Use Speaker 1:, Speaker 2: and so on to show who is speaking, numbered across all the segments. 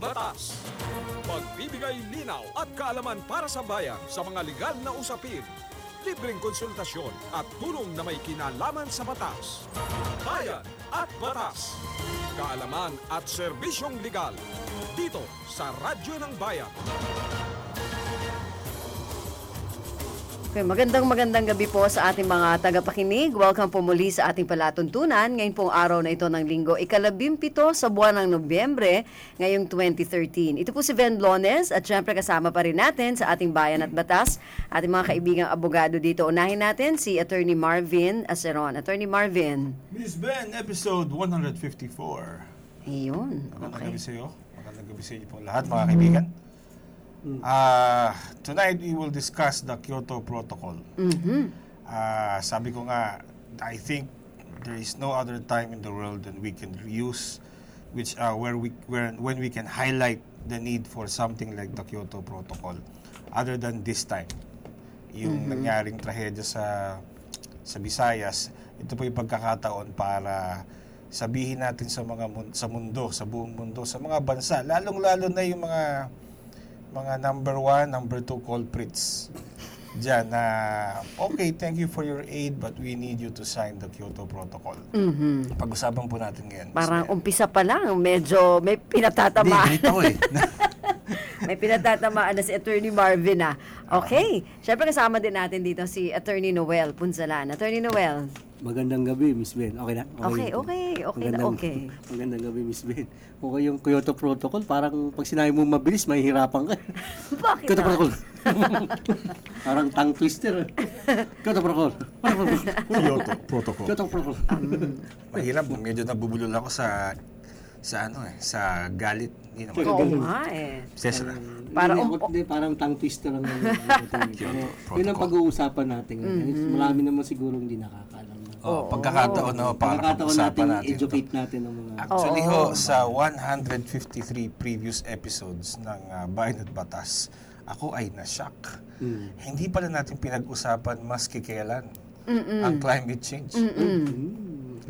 Speaker 1: batas. Pagbibigay linaw at kaalaman para sa bayan sa mga legal na usapin. Libreng konsultasyon at tulong na may kinalaman sa batas. Bayan at batas. Kaalaman at serbisyong legal. Dito sa Radyo ng Bayan.
Speaker 2: Okay, magandang magandang gabi po sa ating mga tagapakinig. Welcome po muli sa ating palatuntunan. Ngayon pong araw na ito ng linggo, ikalabimpito sa buwan ng Nobyembre, ngayong 2013. Ito po si Ben Lones at syempre kasama pa rin natin sa ating bayan at batas, ating mga kaibigang abogado dito. Unahin natin si Attorney Marvin Aceron. Attorney Marvin.
Speaker 3: Miss Ben, episode 154.
Speaker 2: Ayun.
Speaker 3: Magandang
Speaker 2: Okay.
Speaker 3: gabi sa iyo. Magandang gabi sa inyo po lahat, mga kaibigan. Ah, tonight, we will discuss the Kyoto Protocol.
Speaker 2: Mhm.
Speaker 3: Ah, sabi ko nga, I think there is no other time in the world than we can use which uh, where we where when we can highlight the need for something like the Kyoto Protocol other than this time. Yung nangyaring trahedya sa sa Visayas, ito po yung pagkakataon para sabihin natin sa mga mun- sa mundo, sa buong mundo, sa mga bansa, lalong-lalo na yung mga mga number one, number two culprits dyan na, okay, thank you for your aid, but we need you to sign the Kyoto Protocol.
Speaker 4: Mm-hmm.
Speaker 3: Pag-usapan po natin ngayon. Miss
Speaker 2: Parang
Speaker 3: Beth.
Speaker 2: umpisa pa lang, medyo may
Speaker 3: Hindi,
Speaker 2: pinatatamaan.
Speaker 3: ganito eh.
Speaker 2: May pinatatamaan na si Attorney Marvin ah. Okay. Siyempre kasama din natin dito si Attorney Noel Punzalan. Attorney Noel.
Speaker 4: Magandang gabi, Miss Ben. Okay na?
Speaker 2: Okay,
Speaker 4: na po?
Speaker 2: okay, okay na,
Speaker 4: Magandang-
Speaker 2: okay.
Speaker 4: Magandang gabi, Miss Ben. Okay yung Kyoto Protocol, parang pag sinabi mo mabilis, mahihirapan ka.
Speaker 2: Bakit
Speaker 4: Kyoto
Speaker 2: na?
Speaker 4: Protocol. parang tongue twister. Kyoto Protocol.
Speaker 3: Kyoto Protocol.
Speaker 4: um- Kyoto Protocol.
Speaker 2: Um,
Speaker 3: Mahirap, medyo nabubulol ako sa sa ano eh, sa galit. Hindi naman.
Speaker 2: Oo nga eh.
Speaker 3: Cesar.
Speaker 4: Mm.
Speaker 2: Parang-
Speaker 4: Hindi, ako- hindi, parang tongue twister lang. yung-
Speaker 3: Kyoto
Speaker 4: Yun ang
Speaker 3: Protocol.
Speaker 4: pag-uusapan natin ngayon.
Speaker 2: Mm-hmm.
Speaker 4: Marami naman siguro hindi nakakaalam.
Speaker 3: Oh, pagkakataon na para
Speaker 4: Pagkakataon natin,
Speaker 3: pag-usapan natin. ito.
Speaker 4: educate natin ang mga...
Speaker 3: Actually ho, sa 153 previous episodes ng uh, Bayan at Batas, ako ay na-shock. Hindi pala natin pinag-usapan mas kikailan ang climate change.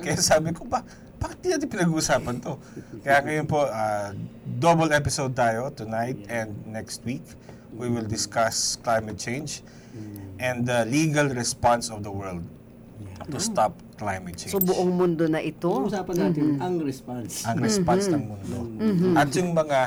Speaker 3: Kaya sabi ko ba, bakit di natin pinag-uusapan to? Kaya ngayon po, ah, double episode tayo tonight and next week. We will discuss climate change and the legal response of the world to stop climate change
Speaker 2: So buong mundo na ito.
Speaker 4: Pag-uusapan natin
Speaker 2: Mm-hmm.
Speaker 4: ang response.
Speaker 3: ang response ng mundo. At yung mga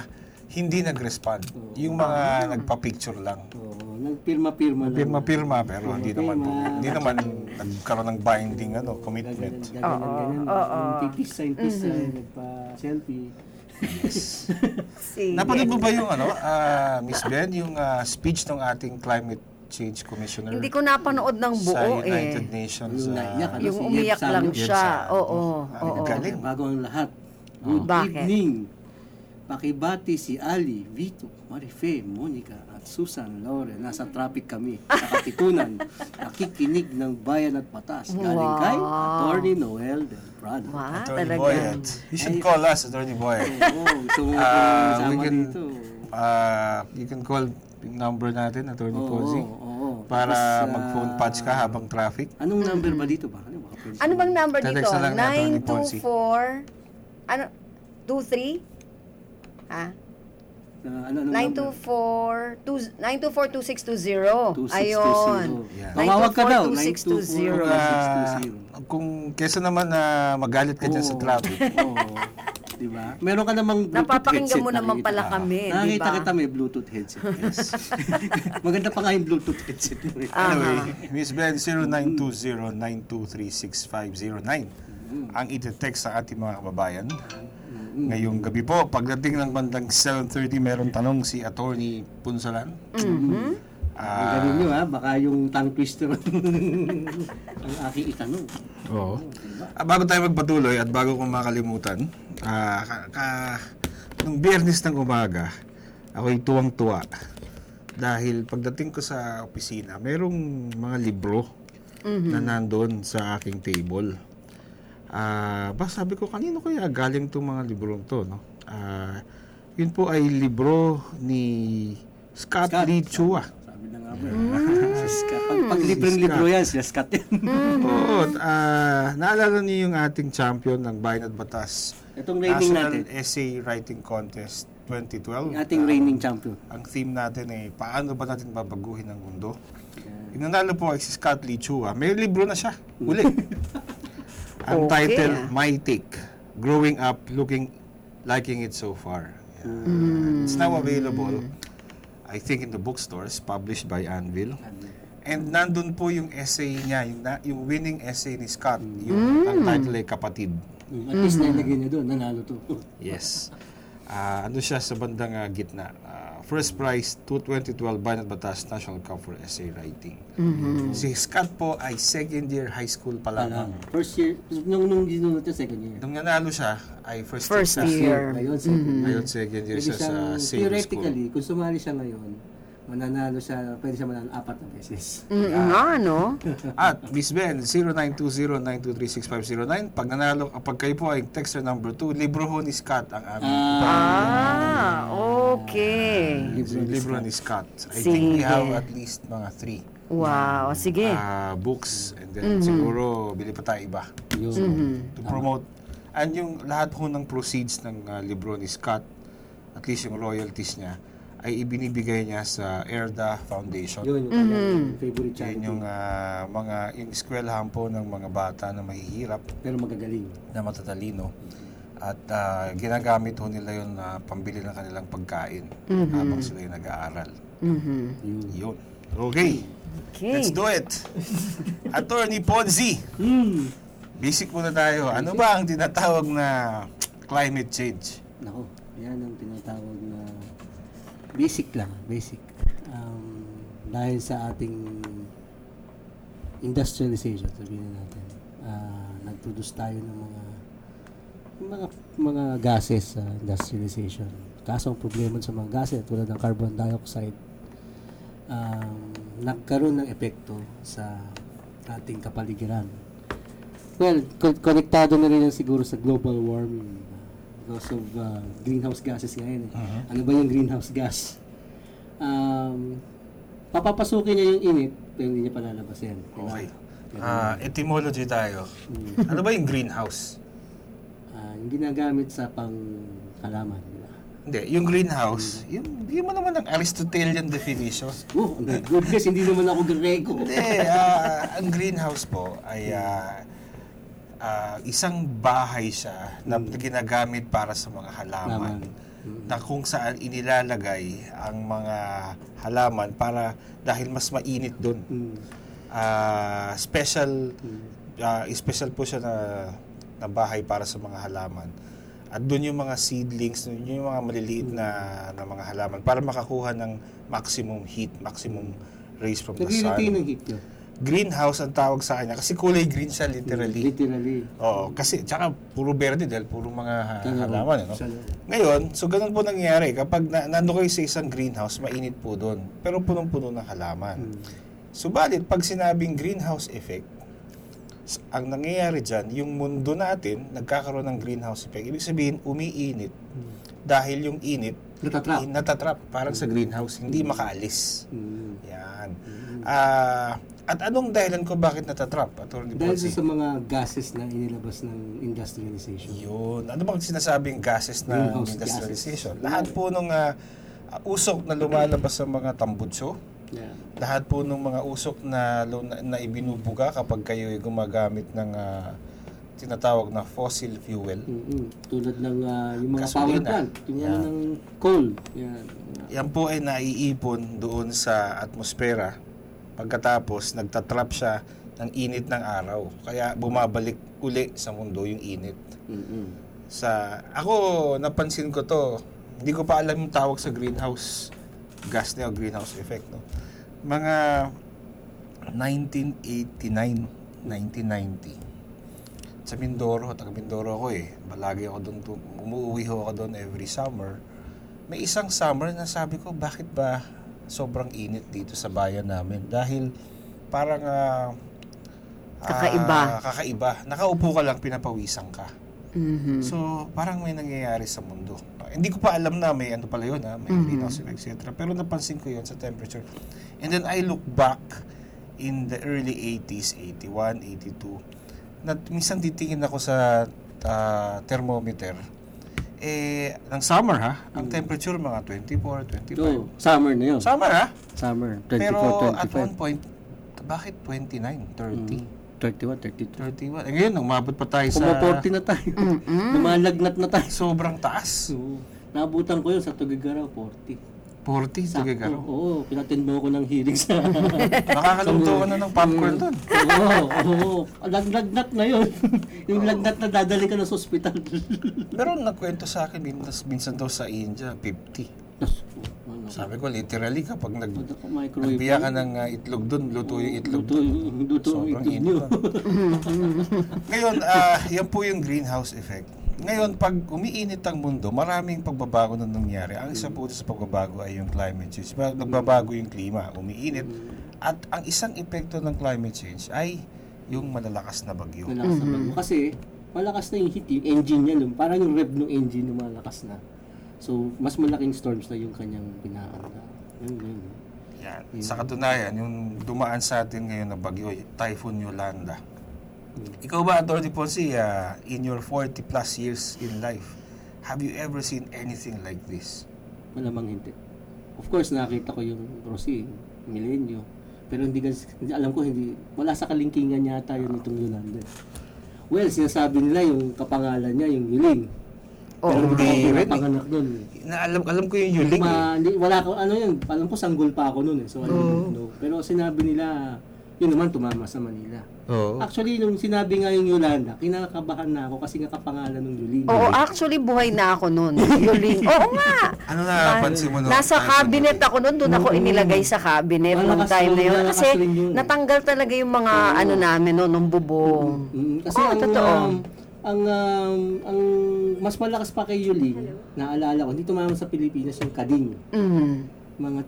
Speaker 3: hindi nag-respond, yung mga nagpa-picture lang.
Speaker 4: Oo, nagpirma-pirma lang.
Speaker 3: Pirma-pirma pero hindi naman hindi naman nagkaroon ng binding ano
Speaker 4: Gaganan,
Speaker 3: commitment.
Speaker 4: gaganan, gaganan. Yung Peace sign, peace sign, eh, nagpa-selfie.
Speaker 3: Ano
Speaker 2: Si
Speaker 3: Napanood mo ba yung ano, ah, Miss Ben, yung ah, speech ng ating climate change commissioner
Speaker 2: Hindi ko napanood ng
Speaker 3: sa
Speaker 2: buo
Speaker 3: United
Speaker 2: eh.
Speaker 3: Nations?
Speaker 4: Yung
Speaker 3: ah,
Speaker 4: naiyak, ano,
Speaker 2: Yung
Speaker 4: si Yeb
Speaker 2: umiyak
Speaker 4: Samuel.
Speaker 2: lang
Speaker 3: Yeb
Speaker 2: siya.
Speaker 3: Samuel.
Speaker 2: Oo,
Speaker 3: Ah,
Speaker 2: oo.
Speaker 3: galing.
Speaker 4: Okay, bago ang lahat. Good
Speaker 2: Ah. Bakit?
Speaker 4: evening. Pakibati si Ali, Vito, Marife, Monica at Susan Laurel. Nasa traffic kami sa Katipunan. Nakikinig ng bayan at patas. Galing kay
Speaker 2: Wow.
Speaker 4: Attorney Noel Del Prado.
Speaker 2: Wow,
Speaker 3: Attorney eh.
Speaker 2: talaga.
Speaker 3: Boyet. You should call us, Attorney Boyet.
Speaker 4: Oo, gusto mo
Speaker 3: Ah,
Speaker 4: kasama
Speaker 3: we can,
Speaker 4: dito.
Speaker 3: ah, you can call yung number natin, Attorney
Speaker 4: Oo,
Speaker 3: Pozzi.
Speaker 4: oo.
Speaker 3: Para
Speaker 4: Tapos, ah,
Speaker 3: mag-phone punch ka habang traffic.
Speaker 4: Anong number ba dito ba? Ano ba?
Speaker 2: Ano bang number dito?
Speaker 3: Tetext na lang natin ni Ponzi.
Speaker 2: 924 Ano? 23? Ha?
Speaker 4: Ah, ano, ano
Speaker 2: 924 924-2620. Ayun.
Speaker 3: Yeah.
Speaker 4: Tumawag ka daw.
Speaker 2: 924-2620.
Speaker 3: Ah, kung kesa naman na magalit ka dyan sa traffic. eh,
Speaker 4: Oo. di ba? Meron ka namang Bluetooth
Speaker 2: Napapakinggan
Speaker 4: headset.
Speaker 2: mo naman
Speaker 4: nakikita
Speaker 2: pala
Speaker 4: ka.
Speaker 2: kami, diba? di
Speaker 4: Nakikita
Speaker 2: ba?
Speaker 4: kita may Bluetooth headset. Yes. Maganda pa nga yung Bluetooth headset mo. eh.
Speaker 3: Anyway, Miss Ben,
Speaker 4: Mm-hmm.
Speaker 3: 0920-923-6509 ang itetext sa ating mga kababayan. Ngayong gabi po, pagdating ng bandang 7.30, meron tanong si Attorney Punsalan.
Speaker 4: Ang
Speaker 3: Ah,
Speaker 4: galing nyo ha, baka yung tongue twister ang aking itanong.
Speaker 3: Oo. Ah, bago tayo magpatuloy at bago kong makalimutan, ah, ka- ka- nung biyernes ng umaga, ako'y tuwang-tuwa. Dahil pagdating ko sa opisina, merong mga libro na nandun sa aking table. Ah, ba sabi ko kanino kaya galing tong mga librong to, no? Ah, yun po ay libro ni Scott,
Speaker 4: Scott.
Speaker 3: Lee Chua.
Speaker 4: Sabi na nga ba.
Speaker 2: Hmm.
Speaker 4: Si Scott. Pag, pag libreng-libro yan, si Scott yan.
Speaker 3: Oo, at, ah, naalala niyo yung ating champion ng Bayan at Batas
Speaker 4: Itong rating
Speaker 3: National
Speaker 4: natin.
Speaker 3: Essay Writing Contest
Speaker 4: Yung
Speaker 3: 2012.
Speaker 4: ating reigning
Speaker 3: Ah.
Speaker 4: champion.
Speaker 3: Ang theme natin ay paano ba natin babaguhin ang mundo? Inanalo po ay si Scott Lee Chua. May libro na siya. Uli. ang
Speaker 2: Okay,
Speaker 3: title,
Speaker 2: ah.
Speaker 3: My Take. Growing Up, Looking, Liking It So Far. Yeah.
Speaker 4: Hmm.
Speaker 3: It's now available, I think, in the bookstores, published by Anvil. And nandun po yung essay niya, yung, na- yung winning essay ni Scott.
Speaker 4: Hmm.
Speaker 3: Yung, Ang title ay Kapatid.
Speaker 4: Mm, At
Speaker 2: Mm-hmm.
Speaker 4: least nilagay niya doon, nanalo to.
Speaker 3: Yes. Ah, ano siya sa bandang ah, gitna? Ah, first prize, 2012 Banat Batas National Cup for Essay Writing. Si Scott po ay second year high school pa lamang.
Speaker 4: Alam, first year, nung nung ginunod niya, second year.
Speaker 3: Nung nanalo siya, ay first,
Speaker 2: First
Speaker 3: year. siya.
Speaker 2: year.
Speaker 4: Ngayon, second year.
Speaker 3: Ngayon, second year
Speaker 4: Mm-hmm.
Speaker 3: siya
Speaker 4: Pwede
Speaker 3: sa same
Speaker 4: siyang-
Speaker 3: school.
Speaker 4: Theoretically, kung sumali siya ngayon, mananalo siya, pwede siya mananalo apat na beses.
Speaker 2: Mm, Nga, no?
Speaker 3: At Miss Ben, 0920-923-6509. Pag nanalo, kapag kayo po ay texter number 2, libro ho ni Scott ang aming
Speaker 2: Ah, okay.
Speaker 3: libro, libro ni Scott. I
Speaker 2: Sige.
Speaker 3: think we have at least mga three.
Speaker 2: Wow,
Speaker 4: Eh.
Speaker 2: sige.
Speaker 3: ah, books and
Speaker 4: Mm-hmm.
Speaker 3: then siguro bili pa tayo iba
Speaker 4: Yun.
Speaker 3: to promote and yung lahat ho ng proceeds ng ah, libro ni Scott at least yung royalties niya ay ibinibigay niya sa Erda Foundation.
Speaker 4: Yun yung kanyang favorite
Speaker 3: Yan
Speaker 4: charity.
Speaker 3: yung ah, mga yung eskwelahan po ng mga bata na mahihirap
Speaker 4: Pero magagaling.
Speaker 3: na matatalino at ah, ginagamit ho nila yun na pambili ng kanilang pagkain
Speaker 4: Mm-hmm.
Speaker 3: habang sila ay nag-aaral.
Speaker 4: Yun.
Speaker 3: Yun. Okay.
Speaker 2: Mm-hmm. Okay.
Speaker 3: Let's do it. Attorney Ponzi.
Speaker 4: Mm.
Speaker 3: Basic muna tayo. Ano ba ang tinatawag na climate change?
Speaker 4: Nako, yan ang tinatawag na basic lang, basic. Um, dahil sa ating industrialization, sabihin na natin, ah, nag-produce tayo ng mga mga mga gases sa industrialization. Kaso ang problema sa mga gases tulad ng carbon dioxide um, nagkaroon ng epekto sa ating kapaligiran. Well, co- konektado na rin yan siguro sa global warming di ba? because of uh, greenhouse gases ngayon. eh. Ano ba yung greenhouse gas? Um, papapasukin niya yung init, pero hindi niya palalabas yan.
Speaker 3: Okay. Ah, etymology tayo. Ano ba yung greenhouse?
Speaker 4: Ah, yung ginagamit sa pang halaman. di ba?
Speaker 3: Hindi, yung greenhouse, yung, yun mo naman ang Aristotelian definition.
Speaker 4: Oh, ang goodness, hindi naman ako Grego.
Speaker 3: Hindi, ah, ang greenhouse po ay ah, ah, isang bahay siya na ginagamit para sa mga halaman. na kung saan inilalagay ang mga halaman para dahil mas mainit doon.
Speaker 4: Mm.
Speaker 3: Ah, special ah, special po siya na na bahay para sa mga halaman. At doon yung mga seedlings, doon yung mga maliliit na, na mga halaman para makakuha ng maximum heat, maximum rays from the
Speaker 4: Nag-retain ng
Speaker 3: sun.
Speaker 4: heat yun.
Speaker 3: Greenhouse ang tawag sa kanya kasi kulay green siya literally.
Speaker 4: Literally.
Speaker 3: Oo, kasi tsaka puro verde dahil puro mga
Speaker 4: Talaga.
Speaker 3: halaman. Ano?
Speaker 4: Sa loob.
Speaker 3: Ngayon, so ganun po nangyayari. Kapag na, nando kayo sa isang greenhouse, mainit po doon. Pero punong-puno ng halaman. Subalit, pag sinabing greenhouse effect, s- ang nangyayari dyan, yung mundo natin, nagkakaroon ng greenhouse effect. Ibig sabihin, umiinit. Dahil yung init,
Speaker 4: Natatrap.
Speaker 3: in- natatrap. Parang sa greenhouse, hindi makaalis.
Speaker 4: Mm.
Speaker 3: Yan. Ah, at anong dahilan ko bakit natatrap? Attorney
Speaker 4: Dahil
Speaker 3: Ponce?
Speaker 4: sa mga gases na inilabas ng industrialization.
Speaker 3: Yun. Ano bang sinasabing gases na
Speaker 4: Greenhouse
Speaker 3: industrialization? Lahat po nung ah, usok na lumalabas sa mga tambutso,
Speaker 4: Yeah.
Speaker 3: lahat po nung mga usok na, lu- na, na ibinubuga kapag kayo gumagamit ng ah, tinatawag na fossil fuel.
Speaker 4: mm Tulad ng ah, yung mga
Speaker 3: Gasolina.
Speaker 4: power plant, yung ano
Speaker 3: Yeah.
Speaker 4: ng coal. Yan.
Speaker 3: Yan po ay naiipon doon sa atmosfera. Pagkatapos, nagtatrap siya ng init ng araw. Kaya bumabalik uli sa mundo yung init.
Speaker 4: Mm-mm.
Speaker 3: sa ako napansin ko to hindi ko pa alam yung tawag sa greenhouse gas na yun, greenhouse effect no mga 1989 1990 sa Mindoro taga Mindoro ako eh balagi ako doon tu- umuwi ho ako doon every summer may isang summer na sabi ko bakit ba sobrang init dito sa bayan namin dahil parang ah, ah,
Speaker 2: Kakaiba.
Speaker 3: kakaiba nakaupo ka lang pinapawisan ka
Speaker 2: Mhm.
Speaker 3: So, parang may nangyayari sa mundo. Ah, Hindi ko pa alam na may ano pala yun, ha? may greenhouse effect, etc. Pero napansin ko yun sa temperature. And then I look back in the early 80s, 81, 82, na minsan titingin ako sa ah, thermometer, eh, ng summer ha, ang temperature mga 24, 25.
Speaker 4: So, summer na yun.
Speaker 3: Summer ha?
Speaker 4: Summer, 24,
Speaker 3: Pero at one
Speaker 4: 25.
Speaker 3: point, bakit 29, 30,
Speaker 4: Mm. 31, 32.
Speaker 3: 31? Eh, ngayon, umabot pa tayo sa
Speaker 4: Pumaporti na tayo. Lumalagnat na tayo.
Speaker 3: sobrang taas.
Speaker 4: So, nabutan ko yun sa Tugigaraw, 40.
Speaker 3: 40, tugigaro.
Speaker 4: Oo, pinatind mo ko ng hearing sa...
Speaker 3: Nakakaluto ka na ng
Speaker 4: mm.
Speaker 3: popcorn doon.
Speaker 4: oo, oo. Lagnagnat na yun. yung lagnat na dadali ka na sa ospital.
Speaker 3: Pero nagkwento sa akin, minsan, minsan daw sa India, 50.
Speaker 4: ano,
Speaker 3: Sabi ko, literally, kapag nag,
Speaker 4: ano ko, microwave.
Speaker 3: nagbiya ka ng ah, itlog doon, luto yung itlog
Speaker 4: Luto, luto ang
Speaker 3: Sobrang
Speaker 4: itlog nyo.
Speaker 3: init Ngayon, ah, yan po yung greenhouse effect. Ngayon, pag umiinit ang mundo, maraming pagbabago na nangyari. Ang isa po sa pagbabago ay yung climate change. Ba- Nagbabago yung klima, umiinit.
Speaker 4: Mm.
Speaker 3: At ang isang epekto ng climate change ay yung malalakas na bagyo.
Speaker 4: Malakas na bagyo. Kasi, malakas na yung heat, yung engine niya. Yung, parang yung rev ng engine yung malakas na. So, mas malaking storms na yung kanyang pinaan na. Yun, yun.
Speaker 3: Yan. Sa katunayan, yung dumaan sa atin ngayon na bagyo, yung Typhoon Yolanda. Ikaw ba, Atty. Ponce, ah, in your 40 plus years in life, have you ever seen anything like this?
Speaker 4: Malamang hindi. Of course, nakita ko yung Rosie, Milenio. Pero hindi, kasi- hindi alam ko, hindi, wala sa kalingkingan yata yun itong Yolanda. Well, sinasabi nila yung kapangalan niya, yung Yuling.
Speaker 2: Oo.
Speaker 4: Pero
Speaker 3: Hindi
Speaker 4: hindi
Speaker 3: rin eh.
Speaker 4: panganak nun. eh.
Speaker 3: Na, alam, alam ko yung yuling. eh.
Speaker 4: Ma, hindi, wala ko, ano yun, alam ko sanggol pa ako noon eh. So, I don't know. Pero sinabi nila, yun naman tumama sa Manila.
Speaker 3: eh. Oo.
Speaker 2: Ah,
Speaker 4: Actually, nung sinabi nga yung Yolanda, kinakabahan na ako kasi nga kapangalan ng Yolanda.
Speaker 2: Oo, actually buhay na ako noon. Yuling. Oo nga.
Speaker 3: Ano na napansin mo no?
Speaker 2: ah, Nasa
Speaker 3: Typhoon
Speaker 2: cabinet
Speaker 3: Yolanda?
Speaker 2: ako noon, doon ako
Speaker 4: Mm-hmm.
Speaker 2: inilagay sa cabinet
Speaker 4: Malakas
Speaker 2: nung time na
Speaker 4: yun,
Speaker 2: yun.
Speaker 4: malakas
Speaker 2: Kasi
Speaker 4: rin yun. eh.
Speaker 2: natanggal talaga yung mga ano namin noon, nung bubong.
Speaker 4: Mm, kasi
Speaker 2: Oo,
Speaker 4: ang,
Speaker 2: Ah, totoo.
Speaker 4: um, ang, um, ang mas malakas pa kay Yulin, naalala ko, hindi tumama sa Pilipinas yung Kading.
Speaker 2: Mm.
Speaker 4: Mga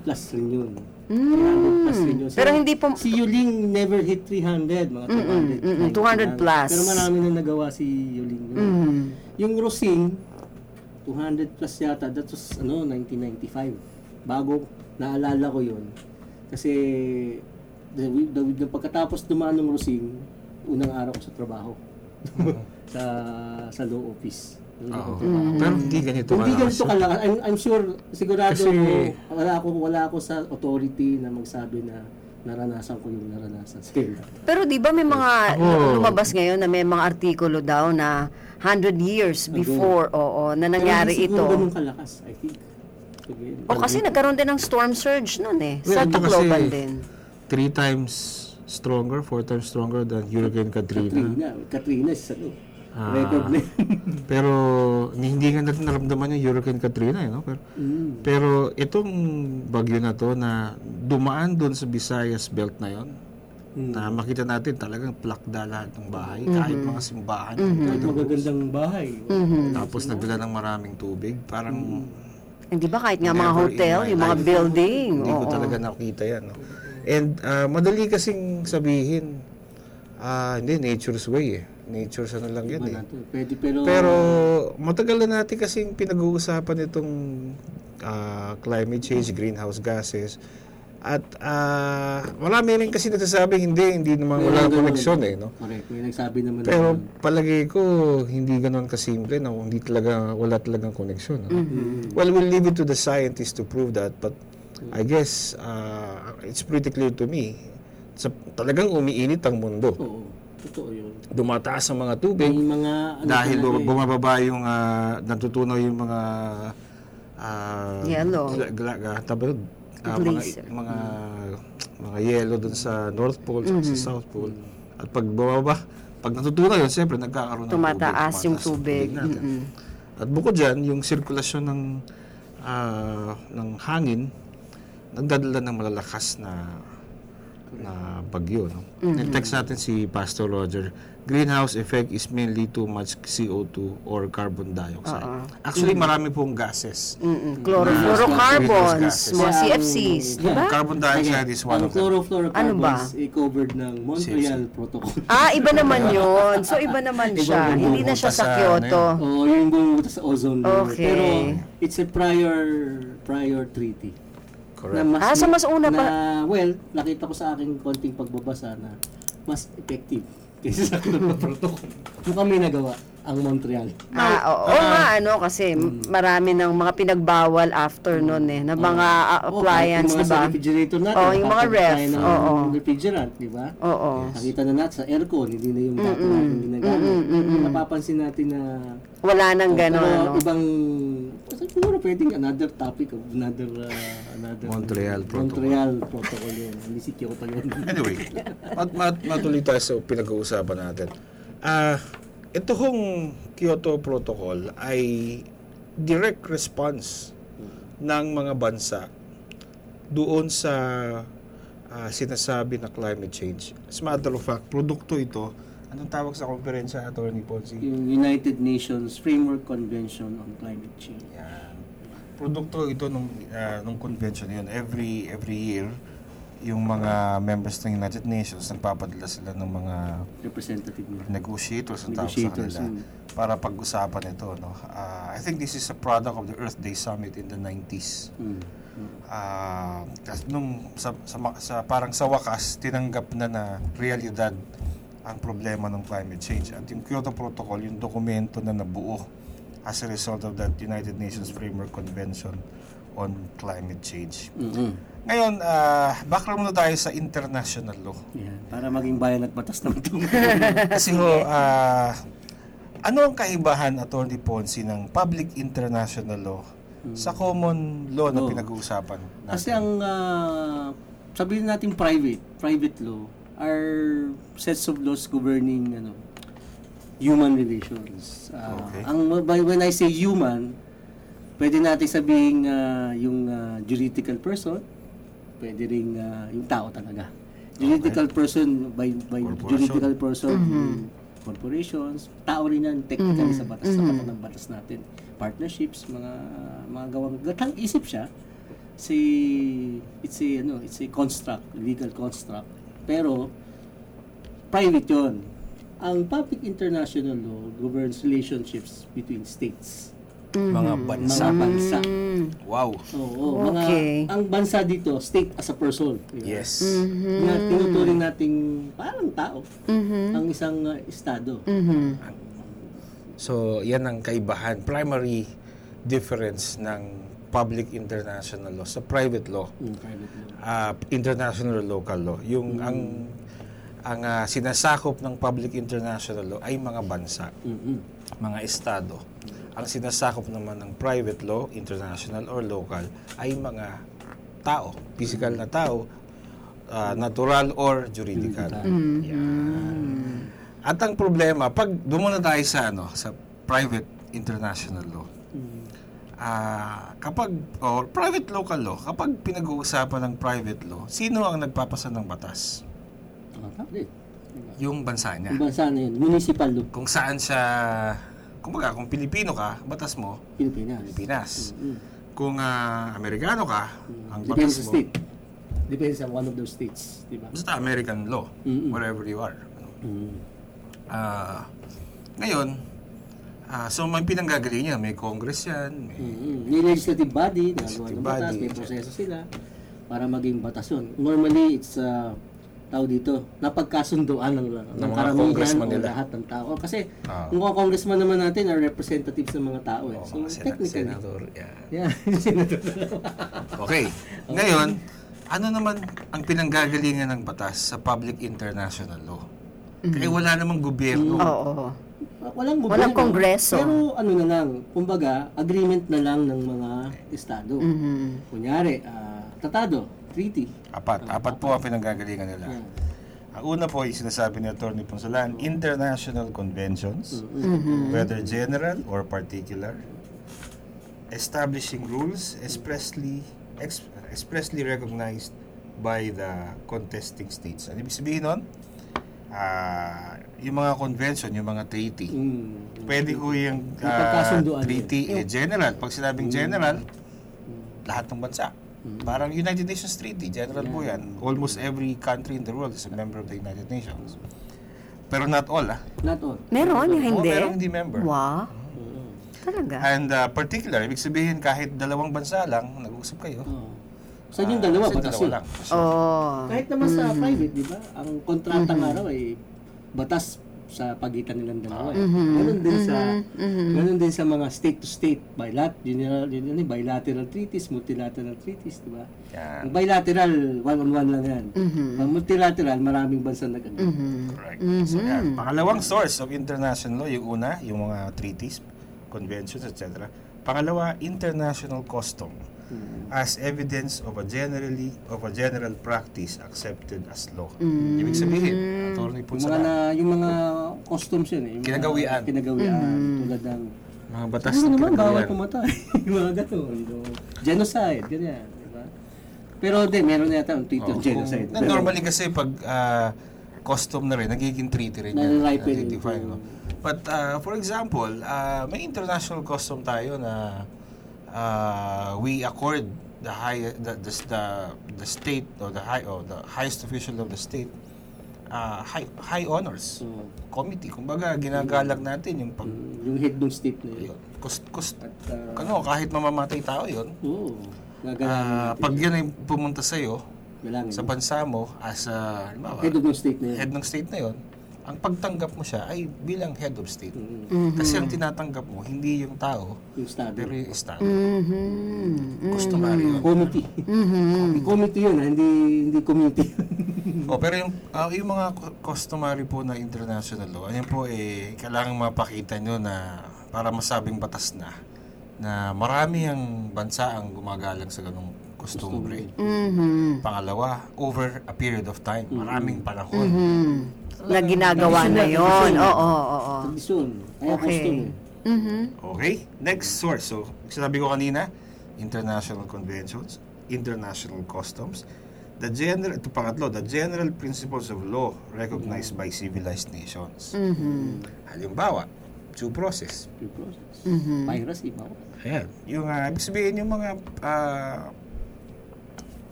Speaker 4: 300 plus rin yun.
Speaker 2: Mm.
Speaker 4: 300 plus rin yun. So,
Speaker 2: Pero hindi po-
Speaker 4: Si Yuling never hit 300, mga 200.
Speaker 2: Mm. Mm-mm, mm-mm, 200
Speaker 4: 200
Speaker 2: plus.
Speaker 4: Pero marami na nagawa si Yuling. yun.
Speaker 2: Mm.
Speaker 4: Yung Rosing, 200 plus yata, that was ano, 1995. Bago, naalala ko yun. Kasi, the, the, the, pagkatapos dumaan ng Rosing, unang araw ko sa trabaho. sa sa law office. Doon ako
Speaker 3: Oo.
Speaker 4: trabaho.
Speaker 3: Pero hindi
Speaker 2: Mm-hmm.
Speaker 3: ganito.
Speaker 4: Hindi
Speaker 3: ano,
Speaker 4: ganito kalakas. I'm, I'm sure, sigurado,
Speaker 3: Kasi-
Speaker 4: wala ako, wala ako sa authority na magsabi na naranasan ko yung naranasan sa kanila.
Speaker 2: Pero di ba may mga
Speaker 3: Ako-
Speaker 2: lumabas ngayon na may mga artikulo daw na 100 years
Speaker 3: Ano
Speaker 2: before, oo, na nangyari
Speaker 4: Pero hindi siguro
Speaker 2: ito.
Speaker 4: ganun kalakas, I think. Again.
Speaker 2: O kasi nagkaroon din ng storm surge noon eh.
Speaker 3: Well,
Speaker 2: Sa
Speaker 3: ito kasi-
Speaker 2: Tacloban din.
Speaker 3: Three times stronger, four times stronger than Hurricane Katrina.
Speaker 4: Katrina. Katrina is ano.
Speaker 3: Ah.
Speaker 4: Record na yun.
Speaker 3: Pero ni- hindi nga natin naramdaman yung Hurricane Katrina. Eh, no? Pero,
Speaker 4: Mm.
Speaker 3: pero itong bagyo na to na dumaan doon sa Visayas Belt na yon
Speaker 4: Mm.
Speaker 3: na makita natin talagang plakda lahat ng bahay, kahit mga simbahan.
Speaker 4: Kahit magagandang bahay.
Speaker 3: Mm-hmm. Tapos nagdala ng maraming tubig. Parang
Speaker 4: Mm.
Speaker 2: Hindi Eh, ba kahit nga mga
Speaker 3: Never in
Speaker 2: hotel,
Speaker 3: my
Speaker 2: yung mga
Speaker 3: life.
Speaker 2: building,
Speaker 3: Hindi ko
Speaker 2: oo.
Speaker 3: talaga nakita yan. No? And ah, madali kasing sabihin, ah, hindi, nature's way eh. Nature's ano lang yan eh.
Speaker 4: Iba na to. Pwede pero...
Speaker 3: Pero matagal na natin kasing pinag-uusapan itong ah, climate change, greenhouse gases. At ah, marami rin kasi nagsasabing hindi, hindi naman wala koneksyon eh. No?
Speaker 4: Correct. May nagsabi naman
Speaker 3: Pero
Speaker 4: na-
Speaker 3: palagi ko, hindi ganun kasimple na hindi talaga, wala talagang koneksyon. ano? Well, we'll leave it to the scientists to prove that, but I guess uh, it's pretty clear to me. Sa, talagang umiinit ang mundo.
Speaker 4: Oo. Totoo yun.
Speaker 3: Dumataas ang mga tubig.
Speaker 4: May mga... Ano
Speaker 3: dahil
Speaker 4: talaga
Speaker 3: bu-
Speaker 4: eh.
Speaker 3: bumababa yung ah, natutunaw yung mga ah,
Speaker 2: Yellow.
Speaker 3: gla- gla- ah, tabi- ah, mga
Speaker 2: Glacier.
Speaker 3: mga mga yellow dun sa North Pole at
Speaker 2: Mm-hmm.
Speaker 3: sa South Pole. At pag bumababa, pag natutunaw yun, siyempre nagkakaroon ng
Speaker 2: Tumataas
Speaker 3: tubig.
Speaker 2: yung
Speaker 3: ang
Speaker 2: tubig.
Speaker 3: natin. At bukod dyan, yung sirkulasyon ng ah, ng hangin nagdadala ng malalakas na na bagyo. No? text natin si Pastor Roger, greenhouse effect is mainly too much CO2 or carbon dioxide. Actually, marami pong gases.
Speaker 2: Mm-mm. Chlorofluorocarbons, mga
Speaker 3: Gases.
Speaker 4: Kaya ang-
Speaker 2: CFCs, di ba?
Speaker 3: Carbon dioxide is one of them.
Speaker 4: Ang
Speaker 2: Ano ba?
Speaker 4: chlorofluorocarbons ay covered ng Montreal Protocol.
Speaker 2: Ah, iba naman yun. So, iba naman
Speaker 4: Iba
Speaker 2: siya.
Speaker 4: yung
Speaker 2: Hindi na siya sa
Speaker 3: ano
Speaker 2: Kyoto.
Speaker 4: Oo, Oh, yung bumubuta sa ozone layer.
Speaker 2: Oh. Okay.
Speaker 4: Pero it's a prior prior treaty.
Speaker 3: Correct.
Speaker 4: mas,
Speaker 2: Ah, so mas una
Speaker 4: na,
Speaker 2: pa-
Speaker 4: Well, nakita ko sa aking konting pagbabasa na mas effective kaysa sa protocol. Yung kami nagawa. ang Montreal.
Speaker 2: Ah, oo, oo nga, ano, kasi marami ng mga pinagbawal after nun eh, na mga ah,
Speaker 4: Mm. Oh,
Speaker 2: appliance, di
Speaker 4: kahit yung
Speaker 2: ba?
Speaker 4: mga sa refrigerator natin.
Speaker 2: Oo, yung mga
Speaker 4: tatapon tayo
Speaker 2: ref,
Speaker 4: ng
Speaker 2: oo.
Speaker 4: refrigerant, di ba?
Speaker 2: Oo.
Speaker 4: Nakita na natin sa aircon, hindi na yung dati natin ginagamit. Napapansin natin na
Speaker 2: Wala nang gano'n,
Speaker 4: Oh, Pero
Speaker 2: ano.
Speaker 4: ibang siguro pwedeng another topic of another uh, another
Speaker 3: Montreal Protocol.
Speaker 4: Montreal protocol yun. Hindi si Kyoto yun.
Speaker 3: Anyway, mat mat matuloy tayo sa pinag-uusapan natin. Ah, ito hong Kyoto Protocol ay direct response ng mga bansa doon sa ah, sinasabi na climate change. As a matter of fact, produkto ito. Anong tawag sa konferensya, Attorney Ponzi?
Speaker 4: yung United Nations Framework Convention on Climate Change.
Speaker 3: Yan. Produkto ito nung ah, nung convention na yun. Every every year yung mga members ng United Nations nagpapadala sila ng mga
Speaker 4: Representative nila.
Speaker 3: negotiators ang tawag sa
Speaker 4: Negotiators,
Speaker 3: kanila
Speaker 4: mm.
Speaker 3: para pag-usapan ito no. Ah, I think this is a product of the Earth Day Summit in the 90s.
Speaker 4: Mm.
Speaker 3: Ah, tas nung sa, sa, ma- sa- parang sa wakas tinanggap na na realidad ang problema ng climate change at yung Kyoto Protocol yung dokumento na nabuo as a result of that United Nations Framework Convention on Climate Change.
Speaker 4: Mm-hmm.
Speaker 3: Ngayon, ah, background muna tayo sa international law.
Speaker 4: Yeah. Para maging bayan at batas naman ito.
Speaker 3: Kasi ho, ah, ano ang kaibahan, Attorney Ponce, ng public international law sa common law na
Speaker 4: Law.
Speaker 3: pinag-uusapan natin?
Speaker 4: Kasi ang ah, sabihin natin private, private law are sets of laws governing ano human relations. Ah,
Speaker 3: Okay.
Speaker 4: Ang by, when I say human, pwede natin sabihin ah, yung ah, juridical person, pwede ring ah, yung tao talaga. Juridical person by by
Speaker 3: Corporation.
Speaker 4: juridical person yung corporations, tao rin yan technically sa batas sa batas ng batas natin. Partnerships, mga mga gawang gatang isip siya it's a it's a ano it's a construct legal construct pero private yun ang public international law governs relationships between states
Speaker 3: mga
Speaker 4: mga bansa
Speaker 3: Wow.
Speaker 4: oo
Speaker 2: Mm. Okay.
Speaker 4: mga ang bansa dito state as a person di ba?
Speaker 3: Yes.
Speaker 4: na tinuturing nating parang tao ang isang uh, estado
Speaker 2: Mm-hmm.
Speaker 3: So, yan ang kaibahan, primary difference ng public international law sa private law,
Speaker 4: Yung Mm, private law
Speaker 3: ah, international or local law. Yung ang ang ah, sinasakop ng public international law ay mga bansa.
Speaker 4: Mm-mm.
Speaker 3: mga estado. Ang sinasakop naman ng private law, international or local, ay mga tao, physical na tao, ah, natural or juridical. Yan. At ang problema, pag dumuna tayo sa ano, sa private international law. Ah, kapag or private local law, kapag pinag-uusapan ng private law, sino ang nagpapasa ng batas?
Speaker 4: Ah, tama din.
Speaker 3: Yung bansa niya.
Speaker 4: Yung bansa na yun, municipal law,
Speaker 3: Kung saan siya, kumbaga kung Pilipino ka, batas mo
Speaker 4: Pilipinas.
Speaker 3: Pilipinas.
Speaker 4: Mm.
Speaker 3: Kung ah, Amerikano ka, ang batas
Speaker 4: Depends sa
Speaker 3: mo,
Speaker 4: state. Depends on one of those states, di ba?
Speaker 3: basta American law,
Speaker 4: Mm-mm.
Speaker 3: wherever you are. Ano.
Speaker 4: Mm.
Speaker 3: Ah, ngayon, ah, so may pinanggagalingan, may Congress yan, may
Speaker 4: Mm-hmm. May legislative body, nagawa ng
Speaker 3: Legislative
Speaker 4: batas,
Speaker 3: body.
Speaker 4: may proseso sila para maging batas yun. Normally, it's uh, tao dito, napagkasunduan ng, ng,
Speaker 3: Ng mga
Speaker 4: karamihan
Speaker 3: congressman
Speaker 4: o
Speaker 3: nila.
Speaker 4: lahat ng tao. Kasi,
Speaker 3: Ah.
Speaker 4: yung mga congressman naman natin are representatives ng mga tao. Eh.
Speaker 3: oh,
Speaker 4: so,
Speaker 3: mga sena-
Speaker 4: technically,
Speaker 3: senator. yan.
Speaker 4: yeah, senator.
Speaker 3: Okay, ngayon, ano naman ang pinanggagalingan ng batas sa public international law? Kaya wala namang gobyerno.
Speaker 2: Oo.
Speaker 4: Walang gobyerno.
Speaker 2: Walang kongreso.
Speaker 4: Pero ano na lang, kumbaga, agreement na lang ng mga estado.
Speaker 2: Mm-hmm.
Speaker 4: Kunyari, ah, tratado, treaty.
Speaker 3: Apat. Apat po ang pinanggagalingan nila. Ang una po ay sinasabi ni Atty. Ponsalan, international conventions, whether general or particular, establishing rules expressly ex- expressly recognized by the contesting states. Ano ibig sabihin nun? Ah, yung mga convention, yung mga treaty.
Speaker 4: Mm.
Speaker 3: Pwede ko yung ah,
Speaker 4: Pagkasunduan yun.
Speaker 3: treaty eh, general. Pag sinabing general, lahat ng bansa. Parang United Nations Treaty, general po yan. Almost every country in the world is a member of the United Nations. Pero not all, ah.
Speaker 4: Not all.
Speaker 2: Meron, yung
Speaker 3: Oo,
Speaker 2: hindi.
Speaker 4: Oh,
Speaker 3: merong hindi member.
Speaker 2: Wow. Talaga.
Speaker 3: And uh, particular, ibig sabihin kahit dalawang bansa lang, nag-uusap kayo.
Speaker 4: Oo. Sa Oh. yung dalawa,
Speaker 3: Kasi
Speaker 4: batas yun.
Speaker 3: Ah, dalawa lang.
Speaker 2: Oo. Oh. Ah.
Speaker 4: Kahit naman sa private, di ba? Ang kontrata nga raw ay batas sa pagitan nilang dalawa. Eh. Ganun din sa ganun din sa mga state to state bilateral unilateral yun yung bilateral treaties, multilateral treaties, di ba?
Speaker 3: Yan.
Speaker 4: Ang bilateral one on one lang yan. Ang multilateral maraming bansa nag
Speaker 3: Correct. So, yan. Pangalawang source of international law, yung una, yung mga treaties, conventions, etc. Pangalawa, international custom as evidence of a generally of a general practice accepted as law. Ibig sabihin, attorney po
Speaker 4: yung mga na, yung mga customs yun eh. Yung mga
Speaker 3: Kinagawian.
Speaker 4: Kinagawian tulad ng
Speaker 3: mga batas na
Speaker 4: Ano naman, bawal
Speaker 3: kinagawian.
Speaker 4: pumatay. Yung mga ganun. no? Genocide, ganyan. di ba? Pero di, meron na yata ang tweet
Speaker 3: Oo,
Speaker 4: yung genocide.
Speaker 3: kung- na normally kasi pag ah, custom na rin, nagiging treaty rin yan.
Speaker 4: Nalilipen.
Speaker 3: Natitify, no? But ah, for example, ah, may international custom tayo na ah, we accord the high the, the, the, the state or the high or the highest official of the state ah, high high honors
Speaker 4: Mm.
Speaker 3: committee kumbaga ginagalak natin yung pag
Speaker 4: yung head ng state na yun.
Speaker 3: yun, kus- kus-
Speaker 4: At, ah,
Speaker 3: ano kahit mamamatay tao yun
Speaker 4: oo, gagalangin.
Speaker 3: ah, pag yan ay pumunta sa
Speaker 4: Galangin.
Speaker 3: sa bansa mo as a halimbawa,
Speaker 4: Mm-hmm. head of ng state na yun.
Speaker 3: head ng state na yon ang pagtanggap mo siya ay bilang head of state.
Speaker 4: Mm-hmm.
Speaker 3: Kasi ang tinatanggap mo, hindi yung tao,
Speaker 4: Yung estado.
Speaker 3: pero yung Estado.
Speaker 2: Mm-hmm.
Speaker 4: Mm-hmm.
Speaker 3: Customary yun.
Speaker 4: Committee. Committee yun, ah, hindi, hindi community. Mm-hmm.
Speaker 3: O, pero yung, ah, yung mga cu- customary po na international law, ayan po eh, kailangan mapakita nyo na para masabing batas na na marami ang bansa ang gumagalang sa ganong customary.
Speaker 2: Mm-hmm.
Speaker 3: Pangalawa, over a period of time,
Speaker 4: Mm-hmm.
Speaker 3: maraming panahon.
Speaker 2: na ginagawa na yon. Oo, oo,
Speaker 4: Ah.
Speaker 2: oo. Mm-hmm.
Speaker 4: Tradisyon. Kaya
Speaker 2: Okay.
Speaker 4: custom eh.
Speaker 3: Okay? Next source. So, sinabi ko kanina, international conventions, international customs, the general, ito pangatlo, the general principles of law recognized by civilized nations.
Speaker 2: Mm-hmm.
Speaker 3: Halimbawa, due process.
Speaker 4: Due process. Piracy, bawal.
Speaker 3: Ayan. Yung, ah, ibig sabihin, yung mga, ah,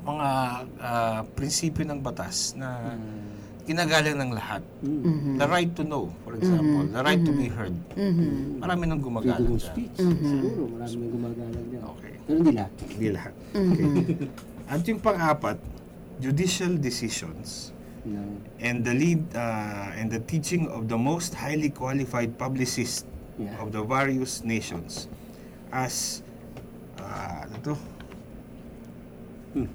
Speaker 3: mga ah, prinsipyo ng batas na ginagalang ng lahat. The right to know, for example. The right to be heard. Marami nang
Speaker 4: Freedom
Speaker 3: gumagalang
Speaker 4: of
Speaker 3: dyan.
Speaker 4: speech. Siguro, marami nang gumagalang dyan.
Speaker 3: Okay.
Speaker 4: Pero hindi lahat.
Speaker 3: Hindi lahat. Okay. At yung pang-apat, judicial decisions
Speaker 4: Ng
Speaker 3: and the lead uh, and the teaching of the most highly qualified publicists
Speaker 4: Yeah.
Speaker 3: of the various nations as uh, ano to?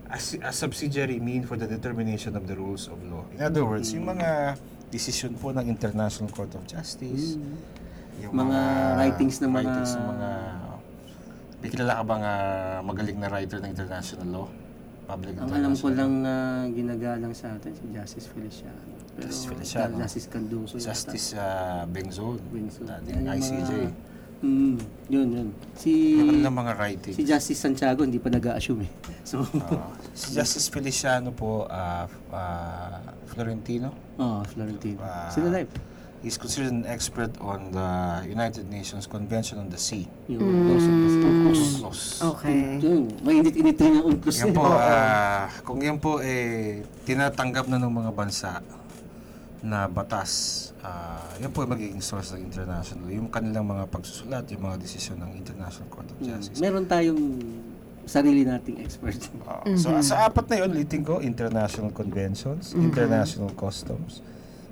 Speaker 3: As a subsidiary mean for the determination of the rules of law. Hmm. In other words, yung mga decision po ng International Court of Justice, yung
Speaker 4: Mga writings ng mga-
Speaker 3: Hmm. writings ng mga may kilala ka bang ah, magaling na writer ng international law? Public
Speaker 4: Ang alam
Speaker 3: international
Speaker 4: ko
Speaker 3: law?
Speaker 4: lang na ginagalang sa atin si Justice Feliciano. Pero,
Speaker 3: Justice Feliciano.
Speaker 4: Justice Cardoso. yata.
Speaker 3: Justice ah, Bengzon, ah,
Speaker 4: Bengzon.
Speaker 3: dating
Speaker 4: Yan yung
Speaker 3: ICJ.
Speaker 4: mga- Mm, yun, yun. Si,
Speaker 3: Yung ng mga writing.
Speaker 4: si Justice Santiago hindi pa nag-a-assume eh. So,
Speaker 3: Ah, si Justice Feliciano po, ah, f- ah, Florentino,
Speaker 4: oh, Florentino.
Speaker 3: Ah.
Speaker 4: Sila live.
Speaker 3: is considered an expert on the United Nations Convention on the Sea.
Speaker 4: Yung
Speaker 2: Hmm.
Speaker 4: Laws of the Unclos.
Speaker 3: Close.
Speaker 2: Okay.
Speaker 4: Yun, mainit-init rin yung Unclos.
Speaker 3: Yan
Speaker 4: eh.
Speaker 3: Mm. po, ah, kung yan po eh, tinatanggap na ng mga bansa na batas, ah, yan po ay magiging source ng international. Yung kanilang mga pagsusulat, yung mga desisyon ng International Court of
Speaker 4: Mm.
Speaker 3: Justice.
Speaker 4: Meron tayong sarili nating expert.
Speaker 3: Ah, So sa apat na yun, ulitin ko, international conventions, international customs,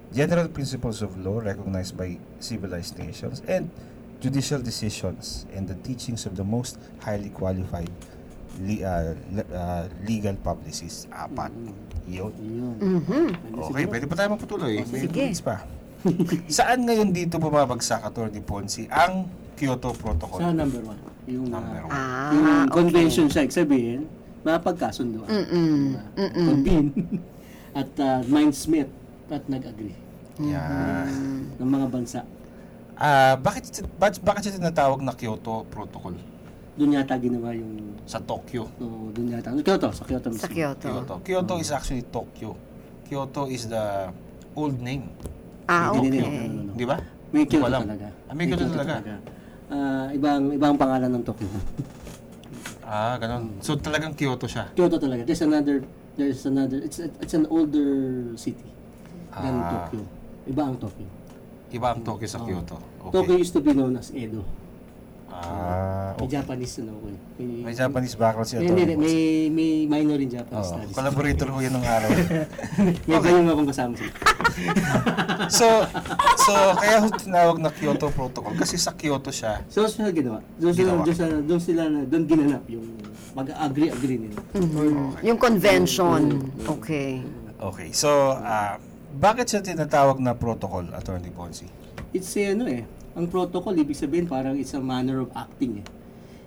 Speaker 3: general principles of law recognized by civilized nations, and judicial decisions and the teachings of the most highly qualified li- ah, le- ah, legal publicists. Apat. Yun.
Speaker 4: Yun.
Speaker 3: Okay, pwede pa tayo magpatuloy. May
Speaker 2: sige.
Speaker 3: minutes pa. Saan ngayon dito bumabagsak, Atty. Ponzi, ang Kyoto Protocol?
Speaker 4: Sa number one. Yung, ah,
Speaker 3: Number one.
Speaker 4: yung
Speaker 2: Ah,
Speaker 4: convention siya, ibig sabihin, mapagkasunduan.
Speaker 2: Mm-mm.
Speaker 4: Diba? Convene. at ah, minds met at nag-agree
Speaker 3: Yan.
Speaker 2: Mm.
Speaker 4: ng mga bansa.
Speaker 3: Ah, bakit, bakit, bakit siya tinatawag na Kyoto Protocol?
Speaker 4: Doon yata ginawa yung
Speaker 3: sa Tokyo.
Speaker 4: no, doon yata. Kyoto, sa Kyoto mismo.
Speaker 2: Sa Kyoto.
Speaker 3: Kyoto. Kyoto is actually Tokyo. Kyoto is the old name.
Speaker 2: Ah,
Speaker 4: Hindi, hindi,
Speaker 2: okay.
Speaker 4: hindi, no, no, no.
Speaker 3: Di ba?
Speaker 4: May
Speaker 3: Hindi ko
Speaker 4: Kyoto
Speaker 3: alam.
Speaker 4: talaga.
Speaker 3: Ah, may Kyoto talaga.
Speaker 4: Ah, ibang ibang pangalan ng Tokyo.
Speaker 3: Ah, ganun. So talagang Kyoto siya.
Speaker 4: Kyoto talaga. There's another there's another it's it's an older city than
Speaker 3: Ah.
Speaker 4: Tokyo. Iba ang Tokyo.
Speaker 3: Iba ang Ah. Tokyo sa Kyoto.
Speaker 4: Tokyo
Speaker 3: Okay.
Speaker 4: used to be known as Edo.
Speaker 3: Ah,
Speaker 4: May
Speaker 3: okay.
Speaker 4: Japanese ano ko. eh. May,
Speaker 3: May Japanese Oh, background siya.
Speaker 4: may,
Speaker 3: Tony.
Speaker 4: may, may, may minor in Japanese
Speaker 3: Oo,
Speaker 4: studies.
Speaker 3: collaborator ko yan ng araw.
Speaker 4: May iba yung akong kasama sila.
Speaker 3: so, so kaya ho tinawag na Kyoto Protocol kasi sa Kyoto siya.
Speaker 4: So, sila ginawa. Doon sila,
Speaker 3: Ginawa.
Speaker 4: doon sila, doon sila, doon ginanap yung mag-agree-agree nila.
Speaker 2: Mm-hmm. Yung convention.
Speaker 4: Mm-hmm.
Speaker 2: Okay.
Speaker 3: Okay, so ah, bakit siya tinatawag na protocol, Attorney Ponzi?
Speaker 4: It's eh, ano eh, ang protocol, ibig sabihin parang it's a manner of acting eh.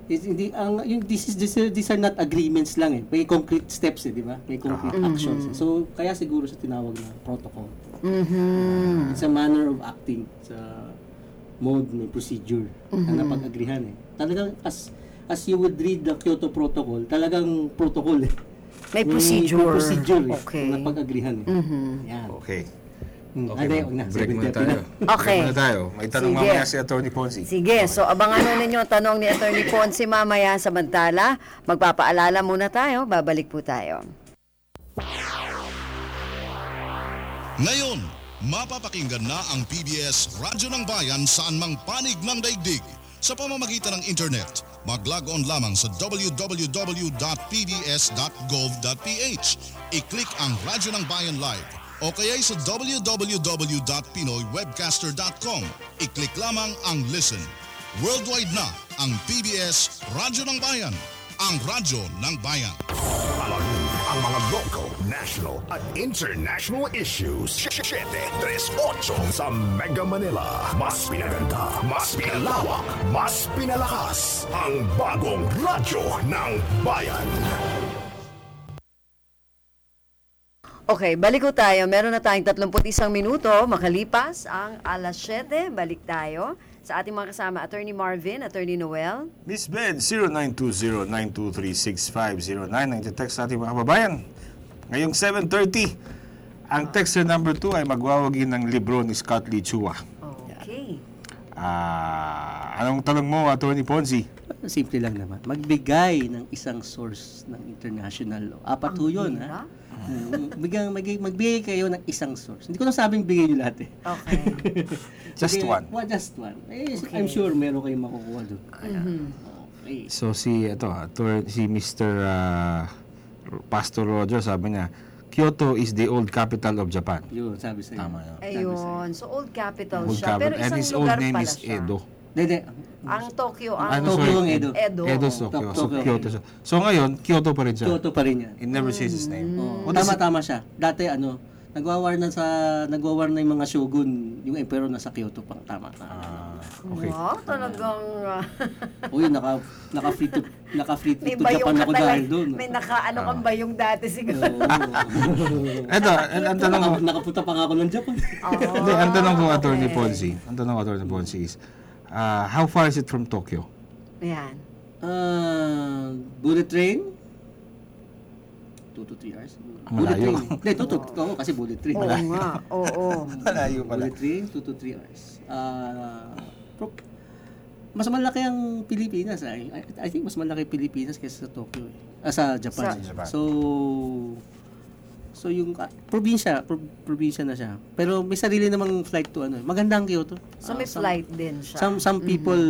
Speaker 4: It's, hindi, ang, yung, this is, this, these are not agreements lang eh. May concrete steps eh, di ba? May concrete
Speaker 2: Uh-huh.
Speaker 4: actions.
Speaker 2: Mm-hmm.
Speaker 4: eh. So, kaya siguro sa tinawag na protocol.
Speaker 2: Mhm.
Speaker 4: It's a manner of acting. It's a mode, may procedure
Speaker 2: Mm-hmm.
Speaker 4: na napag-agrihan eh. Talagang as as you would read the Kyoto Protocol, talagang protocol eh.
Speaker 2: May procedure.
Speaker 4: May procedure eh.
Speaker 2: Okay. Mm-hmm.
Speaker 4: na Napag-agrihan eh. Yan.
Speaker 3: Okay.
Speaker 4: Mm.
Speaker 3: Okay,
Speaker 4: Aday, wag na.
Speaker 3: break
Speaker 4: Sabi
Speaker 3: muna
Speaker 4: natin
Speaker 3: tayo.
Speaker 4: na.
Speaker 2: Okay.
Speaker 3: Break muna tayo. May tanong
Speaker 2: Sige.
Speaker 3: mamaya si Attorney Ponzi.
Speaker 2: Sige, so abangan nun ninyo ang tanong ni Attorney Ponce mamaya samantala. Magpapaalala muna tayo, babalik po tayo.
Speaker 5: Ngayon, mapapakinggan na ang PBS Radyo ng Bayan saan mang panig ng daigdig sa pamamagitan ng internet. Mag-log on lamang sa www.pbs.gov.ph. I-click ang Radyo ng Bayan Live o kaya'y sa www.pinoywebcaster.com. I-click lamang ang Listen. Worldwide na ang PBS Radyo ng Bayan. Ang Radyo ng Bayan.
Speaker 6: Alamin ang mga local, national at international issues. 738 sa Mega Manila. Mas pinaganda, mas pinalawak, mas pinalakas. Ang bagong radyo ng bayan.
Speaker 2: Okay, balik ko tayo. Meron na tayong 31 minuto makalipas ang alas 7. Balik tayo sa ating mga kasama, Attorney Marvin, Attorney Noel.
Speaker 7: Miss Ben, 0920-923-6509 ang text natin mga kababayan. Ngayong 7.30, ang texter number 2 ay magwawagi ng libro ni Scott Lee Chua.
Speaker 2: Okay.
Speaker 7: Ah, anong tanong mo, Attorney Ponzi?
Speaker 4: Simple lang naman. Magbigay ng isang source ng international law. Apat ho yun,
Speaker 2: diba?
Speaker 4: ha? Mm, Bigyan, magbigay, magbigay kayo ng isang source. Hindi ko na sabing bigay nyo lahat eh.
Speaker 2: Okay.
Speaker 7: Just
Speaker 4: Bigay-
Speaker 7: one.
Speaker 4: Well, just one. Eh, I'm sure meron kayong makukuha Mm-hmm. doon.
Speaker 2: Ah,
Speaker 4: Okay.
Speaker 7: So si ito, ator- si Mr. ah, Pastor Roger sabi niya, Kyoto is the old capital of Japan.
Speaker 4: Yun, sabi sa'yo. Tama yun.
Speaker 2: Ayun. So, old capital
Speaker 7: Old
Speaker 2: Oh, siya.
Speaker 7: capital.
Speaker 2: Pero
Speaker 7: And
Speaker 2: isang
Speaker 7: his
Speaker 2: lugar
Speaker 7: old name
Speaker 2: pala
Speaker 7: is
Speaker 2: siya.
Speaker 7: Edo.
Speaker 4: Dede,
Speaker 2: Ang Tokyo, ang
Speaker 7: Ano,
Speaker 4: Tokyo
Speaker 7: sorry,
Speaker 4: ang Edo.
Speaker 2: Edo.
Speaker 7: Edo, so,
Speaker 4: Tok-
Speaker 7: so
Speaker 4: Tokyo.
Speaker 7: Kyoto siya. So ngayon, Kyoto pa rin siya.
Speaker 4: Kyoto pa rin yan.
Speaker 7: It never changes his name.
Speaker 2: Mm.
Speaker 4: Oo, tama-tama siya. Dati ano, nagwawar na sa, nagwawar na yung mga shogun, yung emperor na sa Kyoto pang tama.
Speaker 3: Ah.
Speaker 4: tama.
Speaker 7: Ah, Okay.
Speaker 2: Wow, talagang ah,
Speaker 4: Uy, naka, naka-free to, naka-free
Speaker 2: may
Speaker 4: trip to
Speaker 2: bayong
Speaker 4: Japan
Speaker 2: ka
Speaker 4: ako
Speaker 2: talaga.
Speaker 4: dahil Ah. doon.
Speaker 2: May nakaano kang bayong dati siguro.
Speaker 4: Oo.
Speaker 7: Ito, ang ang tanong ko,
Speaker 4: Naka- nakapunta pa nga ako ng Japan.
Speaker 2: Oo.
Speaker 7: Hindi, ang tanong ko, Attorney Ponzi, ang tanong ko, Attorney Ponzi is, ah, how far is it from Tokyo?
Speaker 2: Ayan.
Speaker 4: Ah, bullet train? 2 to 3 hours. Bullet
Speaker 7: Malayo.
Speaker 4: train. Hindi, 2 to, oo, kasi bullet train.
Speaker 2: Oo nga. Oo.
Speaker 3: Malayo pala.
Speaker 4: Bullet train, 2 to 3 hours. Ah, pro- mas malaki ang Pilipinas. I, I, I think mas malaki Pilipinas kaysa sa Tokyo. eh. Ah, sa Japan.
Speaker 2: Sa-
Speaker 4: eh. So, so yung ah, probinsya, pro, probinsya na siya. Pero may sarili namang flight to ano. eh. Maganda ang Kyoto.
Speaker 2: So,
Speaker 4: Ah,
Speaker 2: may
Speaker 4: some-
Speaker 2: flight din siya.
Speaker 4: Some some people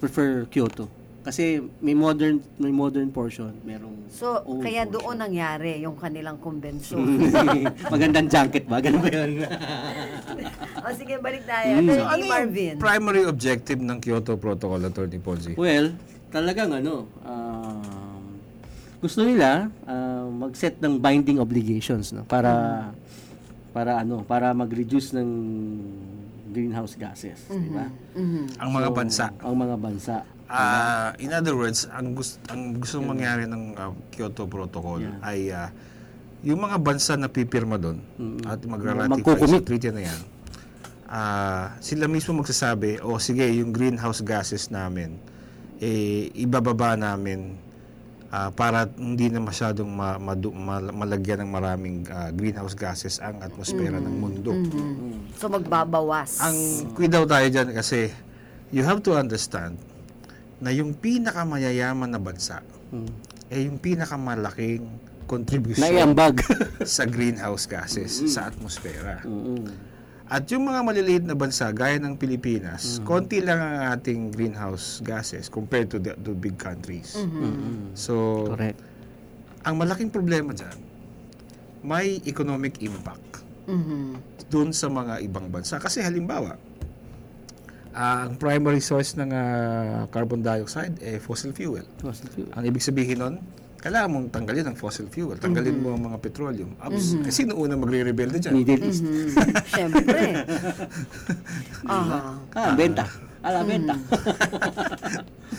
Speaker 4: prefer Kyoto kasi may modern may modern portion, merong
Speaker 2: So,
Speaker 4: old
Speaker 2: kaya
Speaker 4: portion.
Speaker 2: doon nangyari yung kanilang konvensyon.
Speaker 4: Mm. Magandang junket ba? Ganun ba yun?
Speaker 2: o sige, balik
Speaker 4: Mm.
Speaker 2: tayo. Attorney
Speaker 3: Ano yung
Speaker 2: Marvin.
Speaker 3: primary objective ng Kyoto Protocol, Attorney Ponzi?
Speaker 4: well, talagang ano, um, gusto nila ah, mag-set ng binding obligations no para para ano, para mag-reduce ng greenhouse gases, di ba?
Speaker 2: Mm-hmm.
Speaker 3: Ang Mm-hmm. mga bansa.
Speaker 4: Ang mga bansa.
Speaker 3: Ah, in other words, ang gusto ang gusto mangyari ng ah, Kyoto Protocol ay ah, yung mga bansa na pipirma doon at magra-ratify sa
Speaker 4: Magkukumit.
Speaker 3: treaty na yan. Ah, sila mismo magsasabi, "O sige, yung greenhouse gases namin eh ibababa namin ah, para hindi na masyadong ma- madu- mal- malagyan ng maraming ah, greenhouse gases ang atmosfera ng mundo."
Speaker 4: Mm.
Speaker 2: So, magbabawas.
Speaker 3: Ang kuidaw tayo dyan kasi you have to understand na yung pinakamayayaman na bansa ay yung pinakamalaking contribution
Speaker 4: Naiambag.
Speaker 3: sa greenhouse gases sa atmosfera.
Speaker 4: Mm-hmm.
Speaker 3: At yung mga maliliit na bansa gaya ng Pilipinas, konti lang ang ating greenhouse gases compared to the, to big countries. So,
Speaker 4: Correct.
Speaker 3: ang malaking problema dyan, may economic impact
Speaker 2: Mm-hmm.
Speaker 3: doon sa mga ibang bansa. Kasi halimbawa, ah, ang primary source ng ah, carbon dioxide ay fossil fuel.
Speaker 4: Positive.
Speaker 3: Ang ibig sabihin nun, kailangan mong tanggalin ang fossil fuel. Tanggalin
Speaker 4: Mm-hmm.
Speaker 3: mo ang mga petroleum. Abs, Kasi noon una magre-rebelde dyan.
Speaker 4: Middle East.
Speaker 2: Siyempre. Aha.
Speaker 4: Ah, benta. Ala, benta.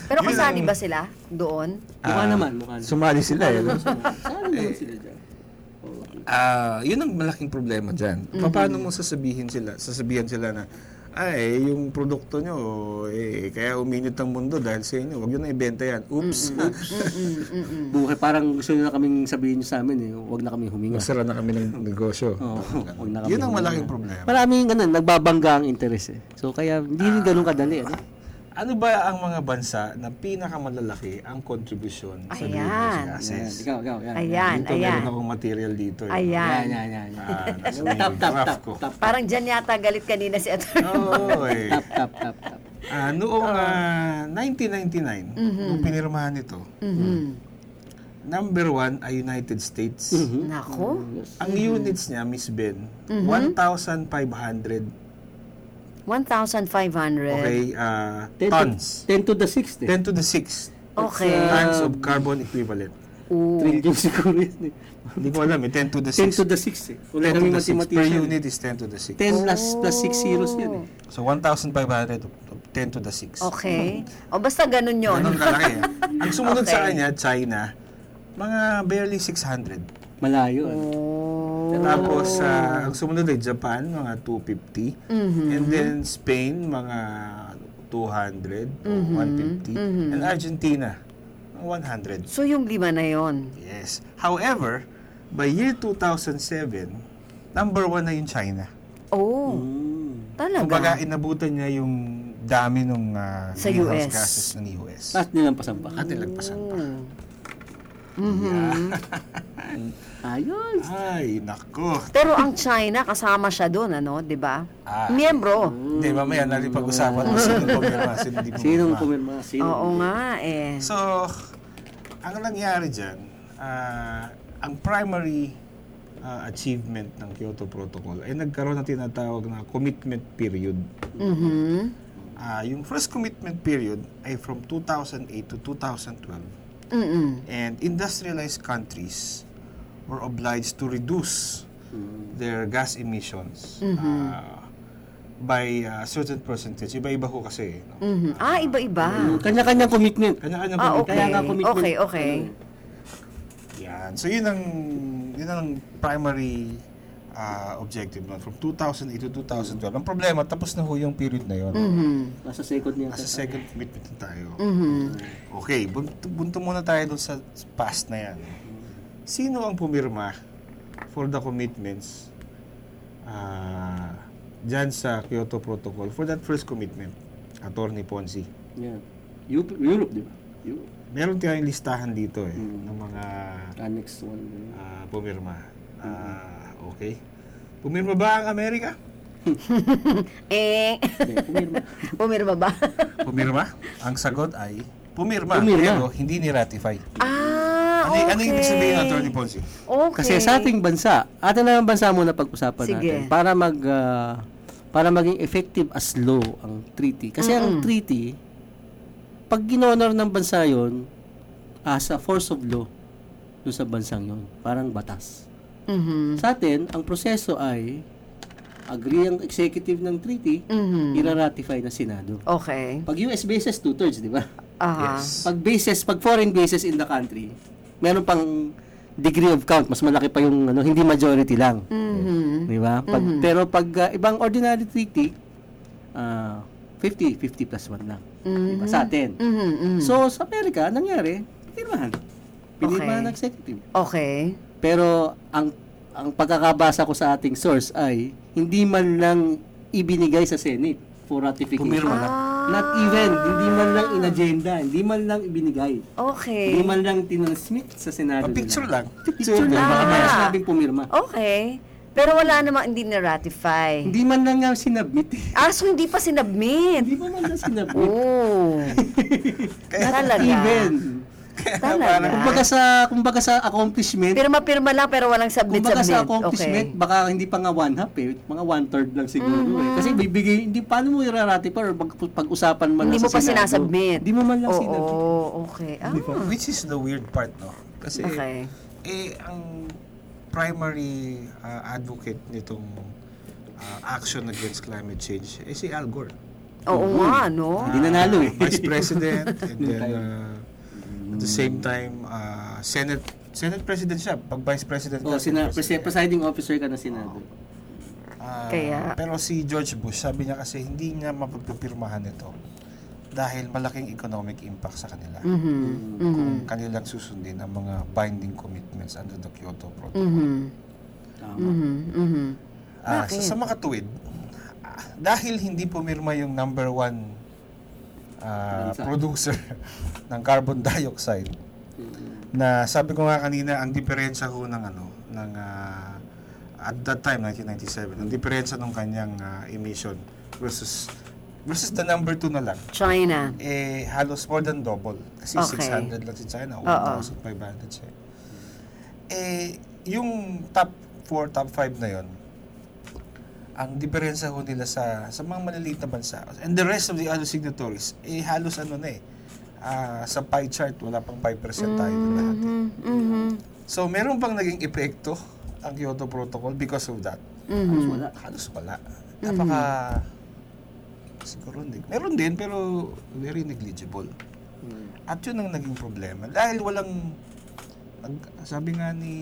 Speaker 2: Pero kasali ba sila doon?
Speaker 4: mukha naman, mukha naman.
Speaker 3: Ah,
Speaker 4: Mm-hmm.
Speaker 3: Sumali sila. Eh, no?
Speaker 4: Saan naman sila dyan?
Speaker 3: Ah, yun ang malaking problema dyan.
Speaker 4: Mm-hmm.
Speaker 3: Paano mo sasabihin sila, sasabihan sila na, ay, yung produkto nyo, eh, kaya uminit ang mundo dahil sa inyo. Huwag nyo na ibenta yan. Oops.
Speaker 4: Mm-hmm. mm. Buhay, parang gusto nyo na kaming sabihin nyo sa amin eh, huwag na kami huminga.
Speaker 3: Masara na kami ng negosyo.
Speaker 4: Oo, huwag na kami
Speaker 3: Yun ang
Speaker 4: huminga.
Speaker 3: malaking problema.
Speaker 4: Maraming ganun, nagbabangga ang interes eh. So kaya hindi rin ganun kadali. Ano?
Speaker 3: Ano ba ang mga bansa na pinakamalalaki ang kontribusyon sa
Speaker 2: Ayan.
Speaker 3: greenhouse gases?
Speaker 4: Ayan, ikaw, ikaw. Yan,
Speaker 2: Ayan,
Speaker 3: Dito,
Speaker 2: ayan.
Speaker 3: meron akong material dito. eh.
Speaker 4: Yan,
Speaker 2: Ayan.
Speaker 4: yan, yan. yan.
Speaker 3: Ah, nasa
Speaker 4: Tap, tap,
Speaker 3: graph
Speaker 4: tap,
Speaker 3: ko.
Speaker 4: tap.
Speaker 2: Parang dyan yata galit kanina si Atty.
Speaker 3: Oo, eh.
Speaker 4: Tap, tap, tap, tap.
Speaker 3: Ah, noong ah, 1999,
Speaker 4: Mm-hmm.
Speaker 3: nung pinirmahan ito, number one ay United States.
Speaker 4: Mm-hmm. Hmm?
Speaker 2: Nako.
Speaker 3: Ang units niya, Miss Ben, 1,500
Speaker 2: 1,500.
Speaker 3: okay, ah,
Speaker 4: 10
Speaker 3: tons.
Speaker 4: To, 10 to the 6th eh.
Speaker 3: 10 to the 6
Speaker 2: Okay.
Speaker 3: tons of carbon equivalent.
Speaker 2: Oo.
Speaker 4: Trillion siguro yan eh.
Speaker 3: Hindi ko alam eh, 10 to the
Speaker 4: 10
Speaker 3: 6. 10
Speaker 4: to the 6th eh. Wala
Speaker 3: to
Speaker 4: kaming
Speaker 3: the 6. Per
Speaker 4: mathematician.
Speaker 3: unit is 10 to the 6.
Speaker 4: 10 plus, plus 6 zeros yan eh.
Speaker 3: So, 1,500 of of 10 to the 6.
Speaker 2: Okay. O basta ganun yon.
Speaker 3: Ganun kalaki. ah. Ang sumunod
Speaker 2: Okay.
Speaker 3: sa kanya, China, mga barely 600.
Speaker 4: Malayo. ano.
Speaker 2: Oh.
Speaker 3: Tapos, ah, ang sumunod ay Japan, mga 250.
Speaker 4: Mm-hmm.
Speaker 3: And then, Spain, mga 200 o
Speaker 4: Mm-hmm.
Speaker 3: 150. And Argentina, mga 100.
Speaker 2: So yung lima na yon.
Speaker 3: Yes. However, by year 2007, number one na yung China.
Speaker 2: Oh.
Speaker 3: Mm. Kumbaga,
Speaker 2: Talaga.
Speaker 3: inabutan niya yung dami ng
Speaker 2: Sa US.
Speaker 3: gases ng US.
Speaker 4: At nilampasan Ah. pa.
Speaker 3: At nilagpasan pa.
Speaker 4: Ayos.
Speaker 3: Ay, nako.
Speaker 2: Pero ang China kasama siya doon, ano, 'di ba?
Speaker 3: Ah.
Speaker 2: Miyembro.
Speaker 3: Hindi, mamaya natin pag-usapan kung sino pumirma, sino hindi
Speaker 4: Sinong
Speaker 3: pumirma.
Speaker 4: pumirma? Sino?
Speaker 2: Oo nga eh.
Speaker 3: So, ang nangyari dyan, ah, ang primary ah, achievement ng Kyoto Protocol ay nagkaroon ng tinatawag na commitment period.
Speaker 2: Mhm.
Speaker 3: Ah, yung first commitment period ay from 2008 to 2012.
Speaker 2: Mm.
Speaker 3: And industrialized countries were obliged to reduce their gas emissions
Speaker 2: Mm-hmm.
Speaker 3: ah, by a certain percentage. Iba-iba ho kasi. eh, No?
Speaker 2: Mhm. Ah, iba-iba.
Speaker 4: Kanya-kanyang commitment.
Speaker 3: Kanya-kanya
Speaker 2: Ah,
Speaker 3: commitment.
Speaker 2: okay.
Speaker 4: Kaya nga commitment.
Speaker 2: Okay, okay.
Speaker 3: Yan. So yun ang yun ang primary ah, objective nun from 2008 to 2012. Ang problema tapos na ho yung period na yun.
Speaker 2: Mm-hmm.
Speaker 4: Nasa second niya.
Speaker 3: Nasa second commitment na tayo. Okay, bunto, bunto muna tayo dun sa past na yan. Sino ang pumirma for the commitments ah dyan sa Kyoto Protocol for that first commitment? Attorney Ponzi.
Speaker 4: Yan. Europe, Europe, di ba? Europe.
Speaker 3: Meron tayong listahan dito eh,
Speaker 2: Mm.
Speaker 3: ng mga
Speaker 4: Annex 1.
Speaker 3: Ah, pumirma. Ah, okay. Pumirma ba ang Amerika?
Speaker 2: Eh,
Speaker 4: Pumirma.
Speaker 2: pumirma ba?
Speaker 3: Pumirma? ang sagot ay pumirma,
Speaker 4: Pumirma.
Speaker 3: pero hindi ni-ratify.
Speaker 2: ah,
Speaker 3: Ano,
Speaker 2: okay.
Speaker 3: ano yung ibig sabihin ng Attorney Ponzi?
Speaker 2: Okay.
Speaker 4: Kasi sa ating bansa, atin na yung bansa muna pag-usapan
Speaker 2: Sige.
Speaker 4: natin para mag ah, para maging effective as law ang treaty. Kasi ang treaty pag ginonor ng bansa 'yon as a force of law doon sa bansang 'yon, parang batas.
Speaker 2: Mm-hmm.
Speaker 4: Sa atin, ang proseso ay agree ang executive ng treaty, ira-ratify ng Senado.
Speaker 2: Okay.
Speaker 4: Pag US basis, two-thirds, di ba?
Speaker 2: Aha.
Speaker 4: Pag basis, pag foreign basis in the country, meron pang degree of count, mas malaki pa yung ano, hindi majority lang.
Speaker 2: Mm-hmm.
Speaker 4: Di ba? Pag, Pero pag ah, ibang ordinary treaty, ah 50, 50 plus 1 lang. Di ba? Sa atin.
Speaker 2: Mm-hmm.
Speaker 4: So, sa Amerika, nangyari, pinirmahan. Pinirmahan
Speaker 2: Okay.
Speaker 4: ng executive.
Speaker 2: Okay.
Speaker 4: Pero ang ang pagkakabasa ko sa ating source ay hindi man lang ibinigay sa Senate for ratification.
Speaker 3: Pumirma lang.
Speaker 4: Not even, hindi man lang in-agenda, hindi man lang ibinigay.
Speaker 2: Okay.
Speaker 4: Hindi man lang tinransmit sa Senado. nila.
Speaker 3: Oh, picture lang.
Speaker 4: Picture lang. Baka may sinabing pumirma.
Speaker 2: Okay. Pero wala namang hindi na-ratify.
Speaker 4: Hindi man lang nga sinabmit. eh.
Speaker 2: Ah, so hindi pa sinabmit.
Speaker 4: hindi pa man lang sinabmit.
Speaker 2: Oh.
Speaker 4: Not
Speaker 2: Talaga.
Speaker 4: even.
Speaker 2: Talaga.
Speaker 4: Kumbaga sa, kumbaga sa accomplishment,
Speaker 2: Pirma-pirma lang pero walang
Speaker 4: Kumbaga sa
Speaker 2: submit-submit.
Speaker 4: accomplishment,
Speaker 2: Okay.
Speaker 4: baka hindi pa nga one half eh. Mga one third lang siguro eh. Kasi bibigay, hindi paano mo irarati pa or mag- pag-usapan man
Speaker 2: Mm-hmm. Hindi mo
Speaker 4: lang sa
Speaker 2: pa
Speaker 4: Senado.
Speaker 2: sinasubmit.
Speaker 4: Hindi mo man lang
Speaker 2: Oo,
Speaker 4: sinabi.
Speaker 2: okay. Ah,
Speaker 3: Diba?
Speaker 4: Hmm.
Speaker 3: Which is the weird part, no? Kasi,
Speaker 2: okay.
Speaker 3: eh, ang primary ah, advocate nitong ah, action against climate change eh si Al Gore. Ah,
Speaker 2: Oo nga, no?
Speaker 4: Mm-hmm. Hindi nanalo eh.
Speaker 3: Vice President, and then uh, at the same time, uh, Senate Senate President siya. Pag Vice President
Speaker 4: Oh, sina presi- presiding officer ka ng Senado.
Speaker 3: Ah,
Speaker 2: Kaya-
Speaker 3: Pero si George Bush, sabi niya kasi hindi niya mapagpipirmahan ito dahil malaking economic impact sa kanila.
Speaker 4: Mm-hmm.
Speaker 2: Mm-hmm.
Speaker 3: Kung kanilang susundin ang mga binding commitments under the Kyoto Protocol.
Speaker 2: Mm-hmm.
Speaker 3: Ah, sa, sa makatuwid, ah, dahil hindi pumirma yung number one ah,
Speaker 4: Bansa.
Speaker 3: producer ng carbon dioxide, na sabi ko nga kanina, ang diferensya ko ng ano, ng, ah, at that time, 1997, ang diferensya ng kanyang ah, emission versus versus the number two na lang,
Speaker 2: China.
Speaker 3: eh, halos more than double. Kasi
Speaker 2: Okay.
Speaker 3: 600 lang si China,
Speaker 2: Oo.
Speaker 3: 1,500 siya. Eh, yung top 4, top 5 na yon ang diferensya ko nila sa sa mga maliliit na bansa and the rest of the other signatories eh halos ano na eh ah, sa pie chart wala pang 5% tayo na lahat
Speaker 2: Mm-hmm.
Speaker 3: eh. so meron bang naging epekto ang Kyoto Protocol because of that
Speaker 4: Halos wala.
Speaker 3: halos wala napaka siguro hindi meron din pero very negligible at yun ang naging problema dahil walang nag- sabi nga ni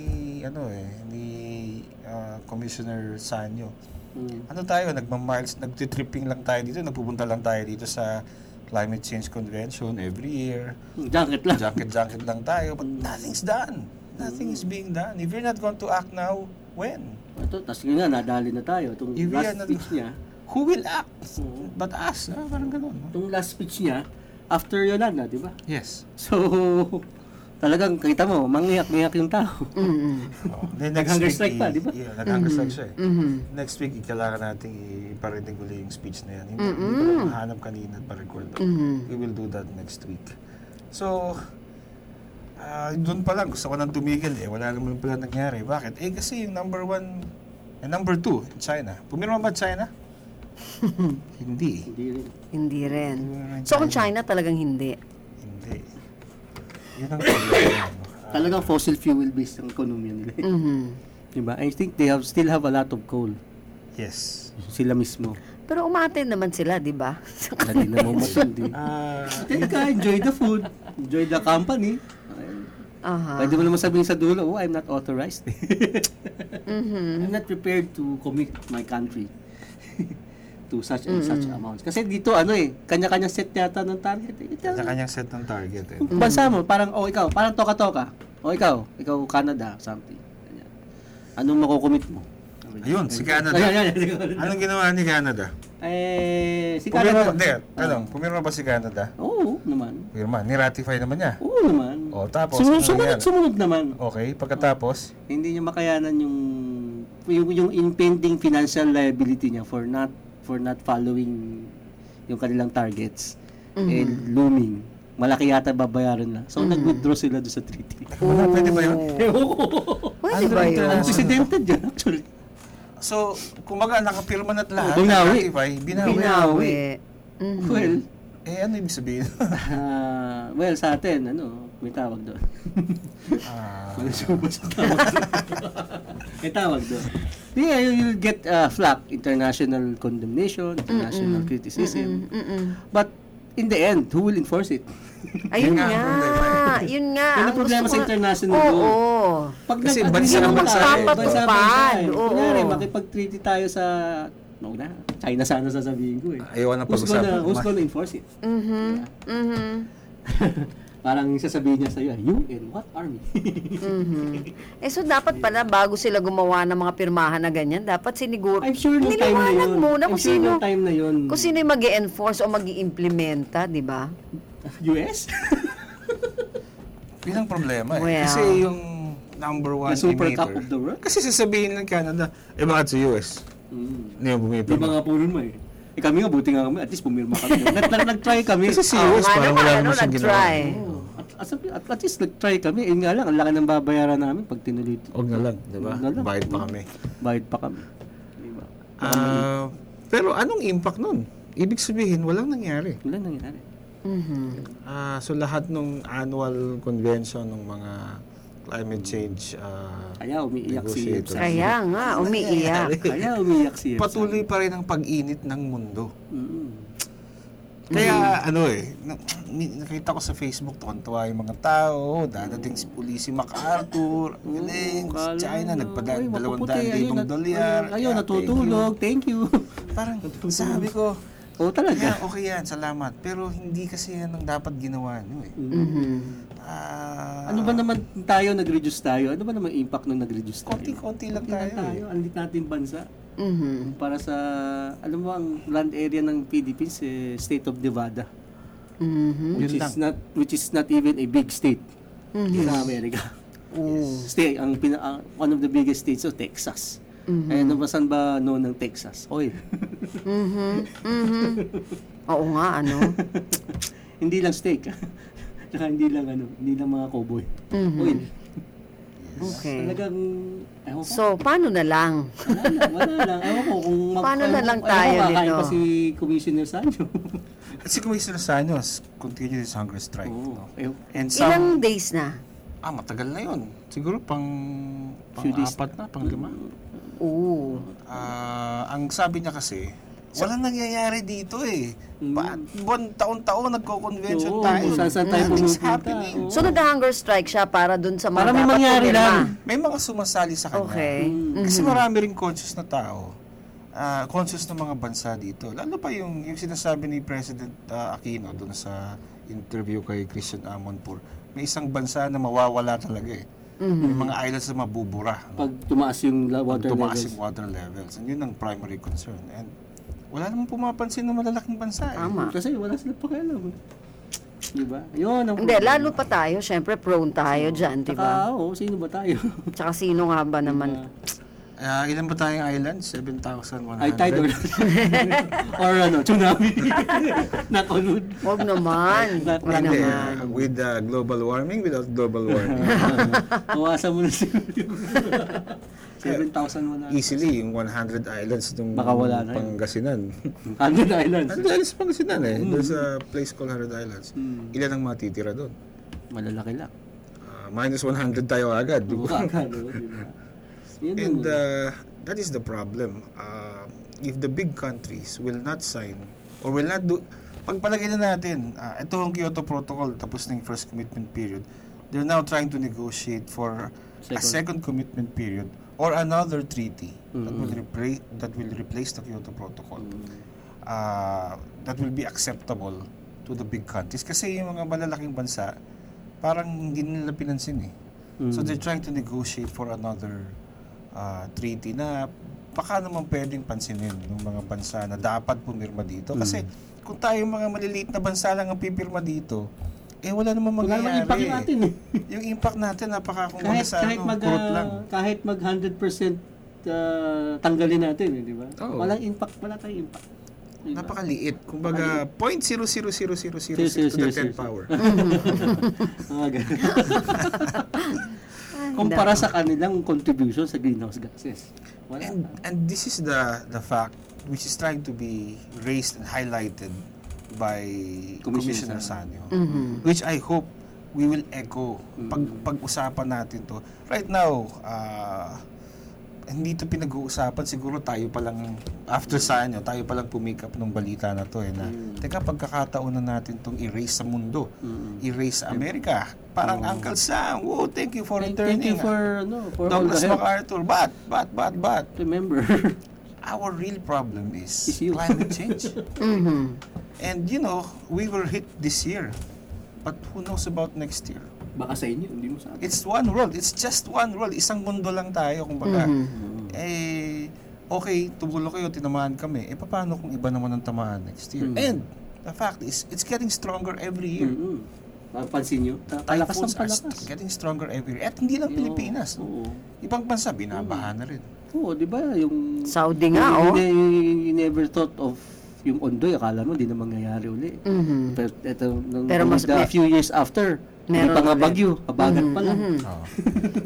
Speaker 3: ano eh ni ah, Commissioner Sanyo ano tayo nagmamiles nagtitripping lang tayo dito nagpupunta lang tayo dito sa climate change convention every year
Speaker 4: Jacket lang.
Speaker 3: jacket jacket lang tayo but nothing's done nothing is being done if you're not going to act now when
Speaker 4: Ito, tapos yun nga, nadali na tayo. Itong
Speaker 3: Yung
Speaker 4: last
Speaker 3: yan, ano-
Speaker 4: speech niya,
Speaker 3: who will act but us ah, parang ganun no?
Speaker 4: itong last speech niya, after Yolanda, di ba?
Speaker 3: yes
Speaker 4: So, talagang kita mo, mangyak-ngyak yung tao.
Speaker 2: Mm-hmm.
Speaker 3: oh.
Speaker 4: Nag-hunger strike pa, di ba? Mm.
Speaker 3: yeah, nag-hunger strike siya eh. next week kailangan nating iparinig uli yung speech na yan hindi, hindi ko lang mahanap kanina at pa-record we will do that next week so ah, doon pa lang gusto ko nang tumigil eh wala naman pala nangyari bakit eh kasi yung number one and number two China pumirma ba China hindi eh.
Speaker 4: Hindi rin.
Speaker 2: Hindi rin. So, ang China talagang hindi.
Speaker 3: hindi yun ang problema ano? Ah, no?
Speaker 4: Talagang fossil fuel based ang ekonomiya nila.
Speaker 2: Mm-hmm.
Speaker 4: Di ba? I think they have still have a lot of coal.
Speaker 3: yes
Speaker 4: Sila mismo.
Speaker 2: Pero umaattend naman sila, di ba?
Speaker 4: Dali na mo matindi.
Speaker 3: Ah,
Speaker 4: Then ka, Eh, enjoy the food. Enjoy the company.
Speaker 2: Aha.
Speaker 4: Pwede mo naman sabihin sa dulo, oh, I'm not authorized. I'm not prepared to commit my country to such and such amounts. Kasi dito, ano eh, kanya-kanya set yata ng target. Eh. Ito,
Speaker 3: kanya-kanyang set ng target eh.
Speaker 4: Kung bansa mo, parang, oh, ikaw, parang toka-toka. Oh, ikaw, ikaw, Canada, something. Ganyan. Anong makukumit mo?
Speaker 3: Ayun, si Canada.
Speaker 4: Ayun, ayun, ayun, si Canada.
Speaker 3: Anong ginawa ni Canada?
Speaker 4: Eh, si
Speaker 3: Pumirma
Speaker 4: Canada.
Speaker 3: ba? Hindi, tanong, pumirma ba si Canada?
Speaker 4: Oo naman.
Speaker 3: Pumirma, niratify naman niya.
Speaker 4: Oo naman.
Speaker 3: O, tapos,
Speaker 4: Sumunod,
Speaker 3: ano
Speaker 4: sumunod,
Speaker 3: nangyari?
Speaker 4: sumunod naman.
Speaker 3: Okay, pagkatapos,
Speaker 4: Hindi niya makayanan yung, yung yung impending financial liability niya for not for not following yung kanilang targets. Eh, looming. Malaki yata babayaran na. So, nag-withdraw sila doon sa treaty.
Speaker 3: wala, pwede ba yun?
Speaker 2: Pwede ba yun?
Speaker 4: Unprecedented yun, actually.
Speaker 3: So, kumbaga, nakapirma na't lahat,
Speaker 4: Binawi.
Speaker 3: niratify, binawi.
Speaker 4: Binawi.
Speaker 2: Uwi.
Speaker 4: Well,
Speaker 3: Eh, ano ibig sabihin?
Speaker 4: ah, well, sa atin, ano, may tawag doon.
Speaker 3: Ah,
Speaker 4: Wala siya ba sa tawag doon? may tawag doon. Yeah, you- you'll get uh, flack, international condemnation, international criticism.
Speaker 2: Mm-hmm.
Speaker 4: But in the end, who will enforce it?
Speaker 2: Ayun
Speaker 3: Yun nga ang
Speaker 2: nga.
Speaker 3: problema
Speaker 2: Yun nga.
Speaker 4: Yun ang
Speaker 2: Ang
Speaker 4: problema
Speaker 2: gusto
Speaker 4: sa
Speaker 2: ko-
Speaker 4: international
Speaker 2: Oo.
Speaker 4: law. Pag
Speaker 3: Kasi
Speaker 4: nag-
Speaker 3: bansa
Speaker 4: ano
Speaker 3: ng
Speaker 4: naman
Speaker 3: bansa
Speaker 4: tayo,
Speaker 3: eh.
Speaker 4: ng
Speaker 2: Magpapatupad,
Speaker 4: eh.
Speaker 2: oo.
Speaker 4: Kunyari, makipag-treaty tayo sa... No na, China sana sasabihin ko eh.
Speaker 3: Ayaw na
Speaker 4: Who's gonna,
Speaker 3: pag-usapan.
Speaker 4: who's gonna enforce it? Mm-hmm. Parang sasabihin niya sa'yo, you and what army?
Speaker 2: Eh, so dapat pala bago sila gumawa ng mga pirmahan na ganyan, dapat siniguro.
Speaker 4: I'm sure no time na
Speaker 2: Niliwanag
Speaker 4: yun.
Speaker 2: muna
Speaker 4: I'm
Speaker 2: kung
Speaker 4: sure
Speaker 2: sino,
Speaker 4: no time na yun.
Speaker 2: kung sino yung mag enforce o mag implementa di ba?
Speaker 4: US?
Speaker 3: yun ang problema eh.
Speaker 2: Well.
Speaker 3: Kasi yung number one
Speaker 4: The Super
Speaker 3: emitter.
Speaker 4: Cup of the World?
Speaker 3: Kasi sasabihin ng Canada, eh bakit sa US?
Speaker 4: Mm.
Speaker 3: Hindi yung
Speaker 4: Di ba
Speaker 3: bumipirma.
Speaker 4: nga po nun mo eh. Eh kami nga, buti nga kami. At least pumirma kami. Nag- nag- Nag-try kami.
Speaker 3: Kasi si
Speaker 2: Oo
Speaker 3: US,
Speaker 2: nga
Speaker 3: parang
Speaker 2: naman,
Speaker 3: wala
Speaker 2: ano,
Speaker 3: naman siyang ginawa.
Speaker 2: nag-try.
Speaker 4: Oh, at as a- at, at least nag-try kami. Yun nga lang, ang laki ng babayaran namin pag tinuloy.
Speaker 3: Huwag na lang, di ba?
Speaker 4: Huwag na lang.
Speaker 3: Oh, diba? Bayad pa kami.
Speaker 4: Bayad pa kami. Diba? Di ba?
Speaker 3: Ah, pero anong impact nun? Ibig sabihin, walang nangyari.
Speaker 4: Wala nangyari.
Speaker 2: Mm-hmm.
Speaker 3: Ah, so lahat ng annual convention ng mga climate change ah,
Speaker 4: Kaya umiiyak si Yebs.
Speaker 3: Negotiator.
Speaker 2: Kaya nga, umiiyak.
Speaker 4: Kaya umiiyak si Yebs.
Speaker 3: patuloy pa rin ang pag-init ng mundo.
Speaker 4: Mm.
Speaker 3: Kaya
Speaker 4: Mm-hmm.
Speaker 3: ano eh, na- ni- nakita ko sa Facebook, tuwan-tuwa yung mga tao, dadating si Puli si MacArthur, ang galing, si
Speaker 4: Kala
Speaker 3: China,
Speaker 4: na,
Speaker 3: nagpadaan
Speaker 4: "Uy,
Speaker 3: dalawang
Speaker 4: mapuputi,
Speaker 3: daan
Speaker 4: ayun,
Speaker 3: libong
Speaker 4: nat-
Speaker 3: dolyar.
Speaker 4: ayun, Ayun,
Speaker 3: Kaya,
Speaker 4: natutulog. Thank you.
Speaker 3: thank you. Parang sabi ko,
Speaker 4: Oo
Speaker 3: kaya
Speaker 4: talaga.
Speaker 3: okay yan, salamat. Pero hindi kasi yan ang dapat ginawa nyo eh.
Speaker 2: Mhm.
Speaker 3: Ah,
Speaker 4: Mm. Ano ba naman tayo, nag-reduce tayo? Ano ba naman impact ng nag-reduce tayo?
Speaker 3: Konti-konti lang
Speaker 4: Konti lang
Speaker 3: tayo.
Speaker 4: tayo.
Speaker 3: eh.
Speaker 4: Ang lit natin bansa.
Speaker 2: Mhm.
Speaker 4: Para sa, alam mo, ang land area ng Philippines, eh, state of Nevada.
Speaker 2: Mhm.
Speaker 4: Which is not which is not even a big state
Speaker 2: Hmm.
Speaker 4: in America.
Speaker 2: Oh.
Speaker 4: State, ang, pina, ang- one of the biggest states of Texas.
Speaker 2: Mm-hmm.
Speaker 4: Eh, ano ba, saan ba noon ng Texas? Oil.
Speaker 2: Mhm. Oo nga, ano?
Speaker 4: hindi lang steak. Tsaka hindi lang ano, hindi lang mga cowboy.
Speaker 2: Mm-hmm.
Speaker 4: Oil.
Speaker 2: Okay.
Speaker 4: Talagang, ewan ko.
Speaker 2: So, paano na lang?
Speaker 4: wala lang, wala lang. Ewan ko kung mag-
Speaker 2: Paano na
Speaker 4: ewan ko-
Speaker 2: lang
Speaker 4: ewan ko
Speaker 2: tayo
Speaker 4: kakain
Speaker 2: nito?
Speaker 4: pa si Commissioner Sancho.
Speaker 3: Si Commissioner Sanyos continued his hunger strike.
Speaker 4: Oo.
Speaker 3: no?
Speaker 4: Ewan-
Speaker 3: And some,
Speaker 2: Ilang days na?
Speaker 3: ah, matagal na yun. Siguro pang, pang
Speaker 4: Few days
Speaker 3: apat na, pang lima.
Speaker 2: Oo.
Speaker 3: Ah, ang sabi niya kasi, walang nangyayari dito eh. Pa, buwan taon-taon nagko-convention
Speaker 4: Mm. Oo,
Speaker 3: tayo.
Speaker 4: kung saan-saan tayo
Speaker 3: Nothing's
Speaker 4: pumupunta.
Speaker 3: happening.
Speaker 4: Oo.
Speaker 2: So, nag-hunger strike siya para dun sa mga
Speaker 4: Para may
Speaker 2: dapat
Speaker 4: mangyari
Speaker 2: pumirma.
Speaker 4: lang. Mm.
Speaker 3: May mga sumasali sa kanya.
Speaker 2: Okay.
Speaker 3: Kasi
Speaker 4: Mm-hmm.
Speaker 3: marami rin conscious na tao. Ah, conscious ng mga bansa dito. Lalo pa yung, yung sinasabi ni President ah, Aquino doon sa interview kay Christian Amonpour. May isang bansa na mawawala talaga eh. May mga islands na mabubura. no?
Speaker 4: Pag tumaas yung la- Mm-hmm. water
Speaker 3: tumaas
Speaker 4: levels.
Speaker 3: yung water levels. And yun ang primary concern. And wala namang pumapansin ng malalaking bansa. Eh.
Speaker 2: Tama.
Speaker 4: Kasi wala sila pakialam. eh. Di ba? Yun ang
Speaker 2: Hindi, diba? lalo pa tayo. Siyempre, prone tayo dyan, di
Speaker 4: Tsaka,
Speaker 2: ba?
Speaker 4: oo, sino ba tayo?
Speaker 2: Tsaka sino nga ba naman?
Speaker 4: Mm.
Speaker 3: Ah, ilan ba tayong islands? 7,100.
Speaker 4: Ay, tide or, or ano, tsunami. Nakunod.
Speaker 2: Huwag naman.
Speaker 4: Not
Speaker 2: Huwag
Speaker 3: Hindi,
Speaker 2: naman.
Speaker 3: ah, with ah, global warming, without global warming.
Speaker 4: Kawasan mo na siguro yung 7,100.
Speaker 3: Easily, yung 100 islands ng
Speaker 4: Baka wala na yun. Hmm.
Speaker 3: Pangasinan.
Speaker 4: 100 islands.
Speaker 3: 100 islands Pangasinan eh. There's a place called 100 Islands.
Speaker 4: Hmm.
Speaker 3: Ilan ang matitira doon?
Speaker 4: Malalaki lang.
Speaker 3: Ah, minus 100 tayo agad. di ba?
Speaker 4: Baka, no? Di ba? Diba? Yun
Speaker 3: And
Speaker 4: naman.
Speaker 3: uh, that is the problem. Uh, if the big countries will not sign or will not do pagpalagay na natin, ah, ito ang Kyoto Protocol tapos ng first commitment period. They're now trying to negotiate for a second commitment period or another treaty that will replace that will replace the Kyoto Protocol. Ah, that will be acceptable to the big countries kasi yung mga malalaking bansa parang hindi nila pinansin eh. So they're trying to negotiate for another ah, treaty na baka naman pwedeng pansinin ng mga bansa na dapat pumirma dito. Kasi
Speaker 4: Mm.
Speaker 3: kung tayo mga maliliit na bansa lang ang pipirma dito, eh wala namang
Speaker 4: Wala
Speaker 3: mangyayari.
Speaker 4: naman impact
Speaker 3: eh.
Speaker 4: natin eh.
Speaker 3: Yung impact natin, napaka kung
Speaker 4: Kahit,
Speaker 3: sa
Speaker 4: kahit
Speaker 3: ano,
Speaker 4: mag,
Speaker 3: kurot
Speaker 4: ah,
Speaker 3: lang.
Speaker 4: kahit mag 100% ah, tanggalin natin, eh, di ba?
Speaker 3: Oo.
Speaker 4: Walang impact, wala tayong impact. Di ba?
Speaker 3: Napakaliit. Kumbaga, 0.00000 to
Speaker 4: Zero,
Speaker 3: the
Speaker 4: zero, zero,
Speaker 3: 10
Speaker 4: zero.
Speaker 3: power.
Speaker 4: Mga ganun. Kumpara sa kanilang contribution sa greenhouse gases. Wala.
Speaker 3: And, and this is the the fact which is trying to be raised and highlighted by Commissioner,
Speaker 4: Commissioner
Speaker 3: Sanyo,
Speaker 4: Mm-hmm.
Speaker 3: which I hope we will echo pag pag-usapan natin to. Right now, ah, hindi to pinag-uusapan siguro tayo pa lang after Sanyo, tayo pa lang pumikap ng balita na to eh na teka pagkakataon na natin tong erase sa mundo, erase sa Amerika. Parang Uncle Sam, wow, thank you for
Speaker 4: Thank,
Speaker 3: returning. ah.
Speaker 4: thank you for, ano, for all the
Speaker 3: Douglas
Speaker 4: help.
Speaker 3: MacArthur, but, but, but, but,
Speaker 4: Remember.
Speaker 3: our real problem is,
Speaker 4: Is you.
Speaker 3: climate change.
Speaker 2: Mhm.
Speaker 3: And you know, we were hit this year, but who knows about next year?
Speaker 4: Baka sa inyo, hindi mo sa akin.
Speaker 3: It's one world. It's just one world. Isang mundo lang tayo, kumbaga. Eh, okay, tumulo kayo, tinamaan kami. Eh, paano kung iba naman ang tamaan next year? And the fact is, it's getting stronger every year.
Speaker 4: Mm. Mapansin nyo? Ta- Palakas
Speaker 3: Typhoons
Speaker 4: ng
Speaker 3: are
Speaker 4: Mm-hmm. palakas. Mm-hmm.
Speaker 3: getting stronger every year. At hindi lang Pilipinas. no?
Speaker 4: Oo.
Speaker 3: Ibang bansa, binabaha na rin.
Speaker 4: Oo, di ba? Yung...
Speaker 2: Saudi nga,
Speaker 4: yung-
Speaker 2: oh.
Speaker 4: You, ne- you never thought of yung Ondoy, akala mo, hindi na mangyayari uli. Pero, eto,
Speaker 2: Mm-hmm.
Speaker 4: nung,
Speaker 2: Pero mas-
Speaker 4: with the- a few years after, may
Speaker 2: Meron
Speaker 4: pang
Speaker 2: ulit. Mm-hmm.
Speaker 4: bagyo, habagat pa lang.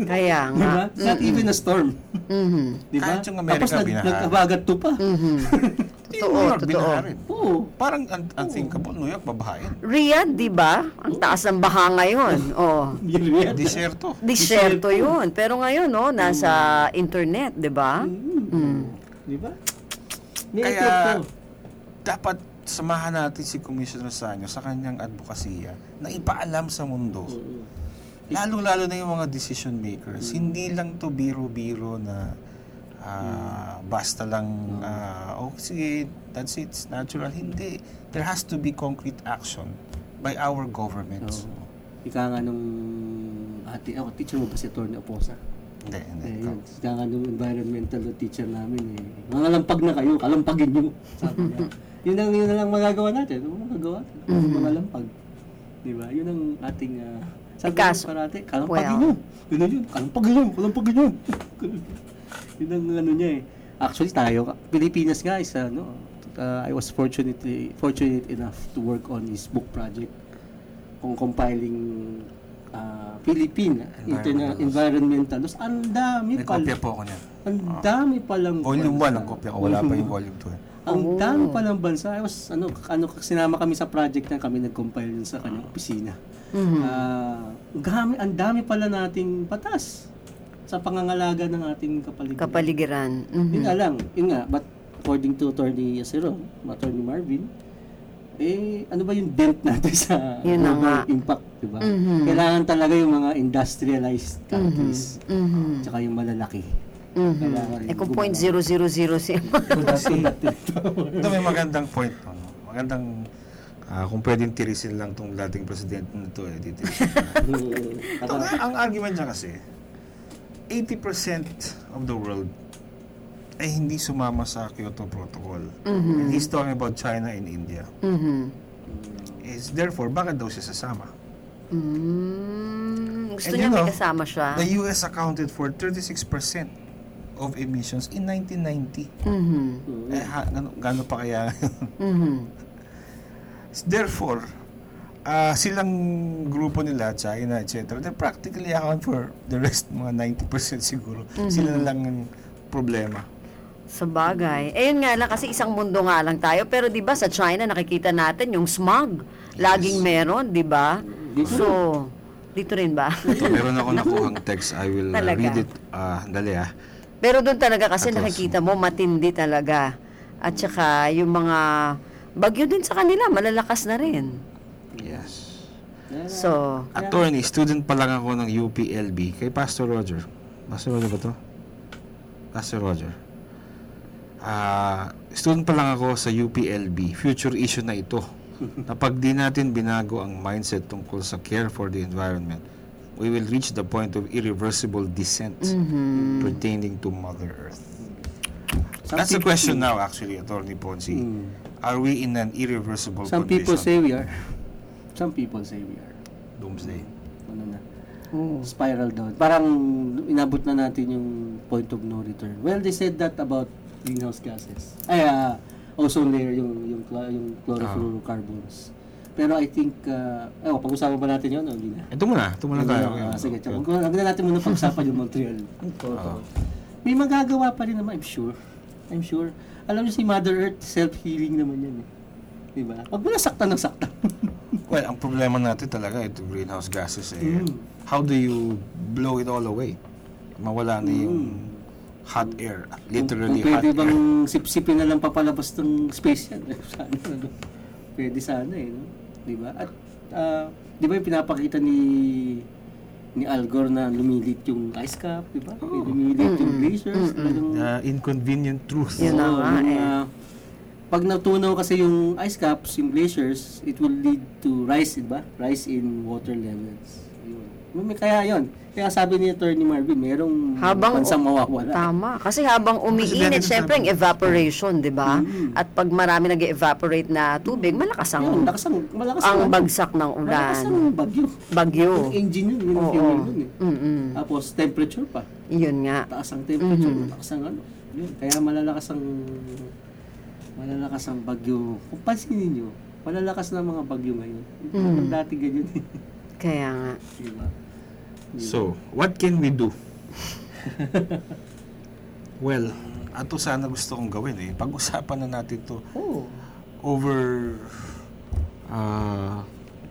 Speaker 2: Kaya nga.
Speaker 4: Di
Speaker 2: Mm. Mhm.
Speaker 4: ba? Not even a storm. Di ba?
Speaker 3: Kahit yung America,
Speaker 4: Tapos nag,
Speaker 3: binaha.
Speaker 4: naghabagat to pa.
Speaker 2: Mm-hmm. Totoo, totoo.
Speaker 4: Oo.
Speaker 3: Parang un- unthinkable, New York, babahayan.
Speaker 2: Riyadh, di ba? Ang taas ng baha ngayon. Oh. Oo.
Speaker 4: Yun yun.
Speaker 3: Disyerto.
Speaker 2: Disyerto yun. Pero ngayon, no, nasa
Speaker 4: Mm-hmm.
Speaker 2: internet, di ba? Mm-hmm.
Speaker 4: Di ba? May
Speaker 3: Kaya-
Speaker 4: epekto.
Speaker 3: Dapat samahan natin si Commissioner Sanyo sa kanyang advokasya na ipaalam sa mundo. Lalong-lalo na yung mga decision makers. Hindi lang to biro-biro na ah, basta lang, ah, oh sige, that's it, it's natural. Hindi. There has to be concrete action by our governments.
Speaker 4: Ika nga nung ate, ako teacher mo ba si Atty. Aposa?
Speaker 3: Hindi, hindi.
Speaker 4: Eh, yun. Ika nga nung environmental na teacher namin eh. Mangalampag na kayo, kalampagin nyo. Sabi niya. yun ang yun na lang magagawa natin. Ano magagawa natin? Mm. Mangalampag. Di ba? Yun ang ating ah,
Speaker 2: Eh,
Speaker 4: sabi
Speaker 2: kaso-
Speaker 4: ng parate, kalampagin
Speaker 2: well.
Speaker 4: nyo. Yun na Ano? yun, kalampagin nyo, kalampagin nyo. yun ang ano niya eh. Actually tayo, Pilipinas nga is ano, ah, I was fortunately fortunate enough to work on his book project kung compiling ah, Philippine interna- environmental laws. Ang dami
Speaker 3: May kopya
Speaker 4: pala.
Speaker 3: po ako niyan.
Speaker 4: Ang dami palang
Speaker 3: Volume
Speaker 4: bansa.
Speaker 3: 1 ang kopya ko, wala pa yung volume eh. 2.
Speaker 4: Ang
Speaker 2: Oh.
Speaker 4: dami palang bansa. I was, ano, ano, sinama kami sa project na kami nag-compile dun sa kanyang opisina.
Speaker 2: Mm-hmm.
Speaker 4: Ah, gami, ang dami pala nating patas sa pangangalaga ng ating kapaligiran.
Speaker 2: Kapaligiran. Mhm.
Speaker 4: Yun nga lang, yun nga, but according to Attorney Yasiro, Attorney Marvin, eh, ano ba yung dent natin sa
Speaker 2: Yun na
Speaker 4: global
Speaker 2: nga. Mm-hmm.
Speaker 4: impact, di ba? Kailangan talaga yung mga industrialized countries, tsaka yung malalaki. Kailangan
Speaker 2: Mm-hmm. Eh kung
Speaker 4: gumawa.
Speaker 2: point zero zero zero zero.
Speaker 3: Ito may magandang point. no? Magandang, ah, kung pwedeng tirisin lang tong dating presidente na to, eh, titirisin ko na. Ito nga, ang argument niya kasi, 80% of the world ay hindi sumama sa Kyoto Protocol. And he's talking about China and India.
Speaker 2: Mm-hmm.
Speaker 3: Is therefore, bakit daw siya sasama?
Speaker 2: Mm, gusto
Speaker 3: And
Speaker 2: niya
Speaker 3: you
Speaker 2: may
Speaker 4: oh.
Speaker 3: know,
Speaker 2: kasama siya.
Speaker 3: The US accounted for 36% of emissions in 1990.
Speaker 2: Mm-hmm.
Speaker 3: Eh, ha, gano, gano pa kaya Therefore, ah, silang grupo nila, China, etc., they practically account for the rest, mga 90% siguro. Sila na lang ang problema.
Speaker 2: Sa bagay. Eh yun nga lang kasi isang mundo nga lang tayo pero 'di ba sa China nakikita natin yung smog. Laging meron, 'di ba? So, dito rin ba?
Speaker 3: Ito, meron ako nakuhang text. I will
Speaker 2: Talaga? read it.
Speaker 3: dali ah.
Speaker 2: Pero doon talaga kasi
Speaker 3: At least.
Speaker 2: nakikita mo matindi talaga. At saka yung mga bagyo din sa kanila malalakas na rin.
Speaker 3: Yes.
Speaker 2: So,
Speaker 3: Attorney, student pa lang ako ng UPLB kay Pastor Roger. Pastor Roger ba to? Pastor Roger. Ah, student pa lang ako sa UPLB. Future issue na ito. na pag di natin binago ang mindset tungkol sa care for the environment, we will reach the point of irreversible descent
Speaker 4: Mm-hmm.
Speaker 3: pertaining to Mother Earth. That's the
Speaker 4: Some Mm.
Speaker 3: question now actually, Attorney Ponzi. Are we in an irreversible
Speaker 4: Some people
Speaker 3: condition?
Speaker 4: say we are. Some people say we are.
Speaker 3: Doomsday.
Speaker 4: Ano na? Spiral down. Parang inabot na natin yung point of no return. Well, they said that about greenhouse gases. Ay, ah, ozone layer yung yung, cla- yung chlorofluorocarbons. Pero I think, uh, oh, pag-usapan ba natin yun? o Hindi na.
Speaker 3: Ito muna. Ito muna tayo.
Speaker 4: Ah, sige, tsaka wag- wag na natin muna pag-usapan yung Montreal.
Speaker 3: Ah.
Speaker 4: Totoo. May magagawa pa rin naman, I'm sure. I'm sure. Alam niyo si Mother Earth, self-healing naman yan eh. Di ba? Wag mo na saktan ng saktan.
Speaker 3: Well, ang problema natin talaga ito greenhouse gases eh. How do you blow it all away? Mawala na yung hot air,
Speaker 4: Kung
Speaker 3: literally hot
Speaker 4: pwede
Speaker 3: air.
Speaker 4: bang sipsipin na lang papalabas ng space yan. sana, ano? Pwede sana eh. No? Di ba? At ah, di ba yung pinapakita ni ni Al Gore na lumilit yung ice cap, di ba?
Speaker 3: Oh.
Speaker 4: Lumilit yung blazers. talagang-
Speaker 3: The Ah, inconvenient truth.
Speaker 2: yun na
Speaker 4: Oo,
Speaker 2: nga
Speaker 4: yung,
Speaker 2: eh.
Speaker 4: ah, pag natunaw kasi yung ice caps, yung glaciers, it will lead to rise, di ba? Rise in water levels. Yun. Yun, May kaya yon. Kaya sabi ni Attorney Marvin, merong
Speaker 2: Habang
Speaker 4: bansang mawawala.
Speaker 2: Tama. Kasi habang umiinit, syempre ang evaporation, di ba? At pag marami nag evaporate na tubig, malakas ang,
Speaker 4: Yun, lakas ang, Mm, malakas
Speaker 2: ang
Speaker 4: ano.
Speaker 2: bagsak ng
Speaker 4: Malakas
Speaker 2: ulan.
Speaker 4: ang bagyo. Yung
Speaker 2: Bagyo.
Speaker 4: engine yun, yun yung fuel yun eh. Tapos temperature pa.
Speaker 2: Yun nga. Mm-hmm.
Speaker 4: Taas ang temperature, malakas ang ano. Yun, kaya malalakas ang malalakas ang bagyo. Kung pansinin nyo, malalakas na ang mga bagyo ngayon. Hindi mm. dati ganyan eh.
Speaker 2: Kaya nga.
Speaker 4: Di ba?
Speaker 3: So, what can we do? well, ato sana gusto kong gawin eh. Pag-usapan na natin to
Speaker 2: Oh.
Speaker 3: over uh,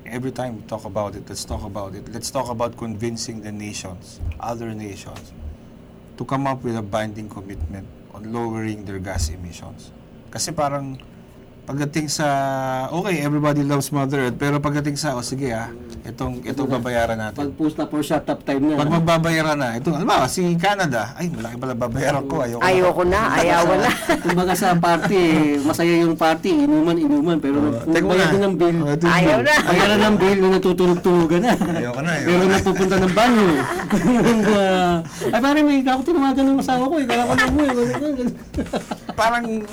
Speaker 3: every time we talk about it, let's talk about it. Let's talk about convincing the nations, other nations, to come up with a binding commitment on lowering their gas emissions. Kasi parang pagdating sa okay, everybody loves Mother Earth, pero pagdating sa oh sige ah, itong itong babayaran natin.
Speaker 4: Pag post na for shut up time na.
Speaker 3: Pag magbabayaran na, ito, alam mo, si Canada, ay, malaki pala babayaran ko, ayoko.
Speaker 2: Ayoko na, ayaw na.
Speaker 4: Kumbaga sa party, eh, masaya yung party, inuman, inuman, pero uh,
Speaker 3: Oh, teka muna.
Speaker 4: din ng bill.
Speaker 3: Ah, tingnan.
Speaker 2: Ayaw na.
Speaker 4: Kaya na ng bill na natutulog-tulugan na.
Speaker 3: Ayoko na, ayoko
Speaker 4: Pero
Speaker 3: na.
Speaker 4: napupunta ng banyo. Yung, ah, ay parang may ako tinawagan ng asawa ko eh. Kala ko na mo
Speaker 3: parang,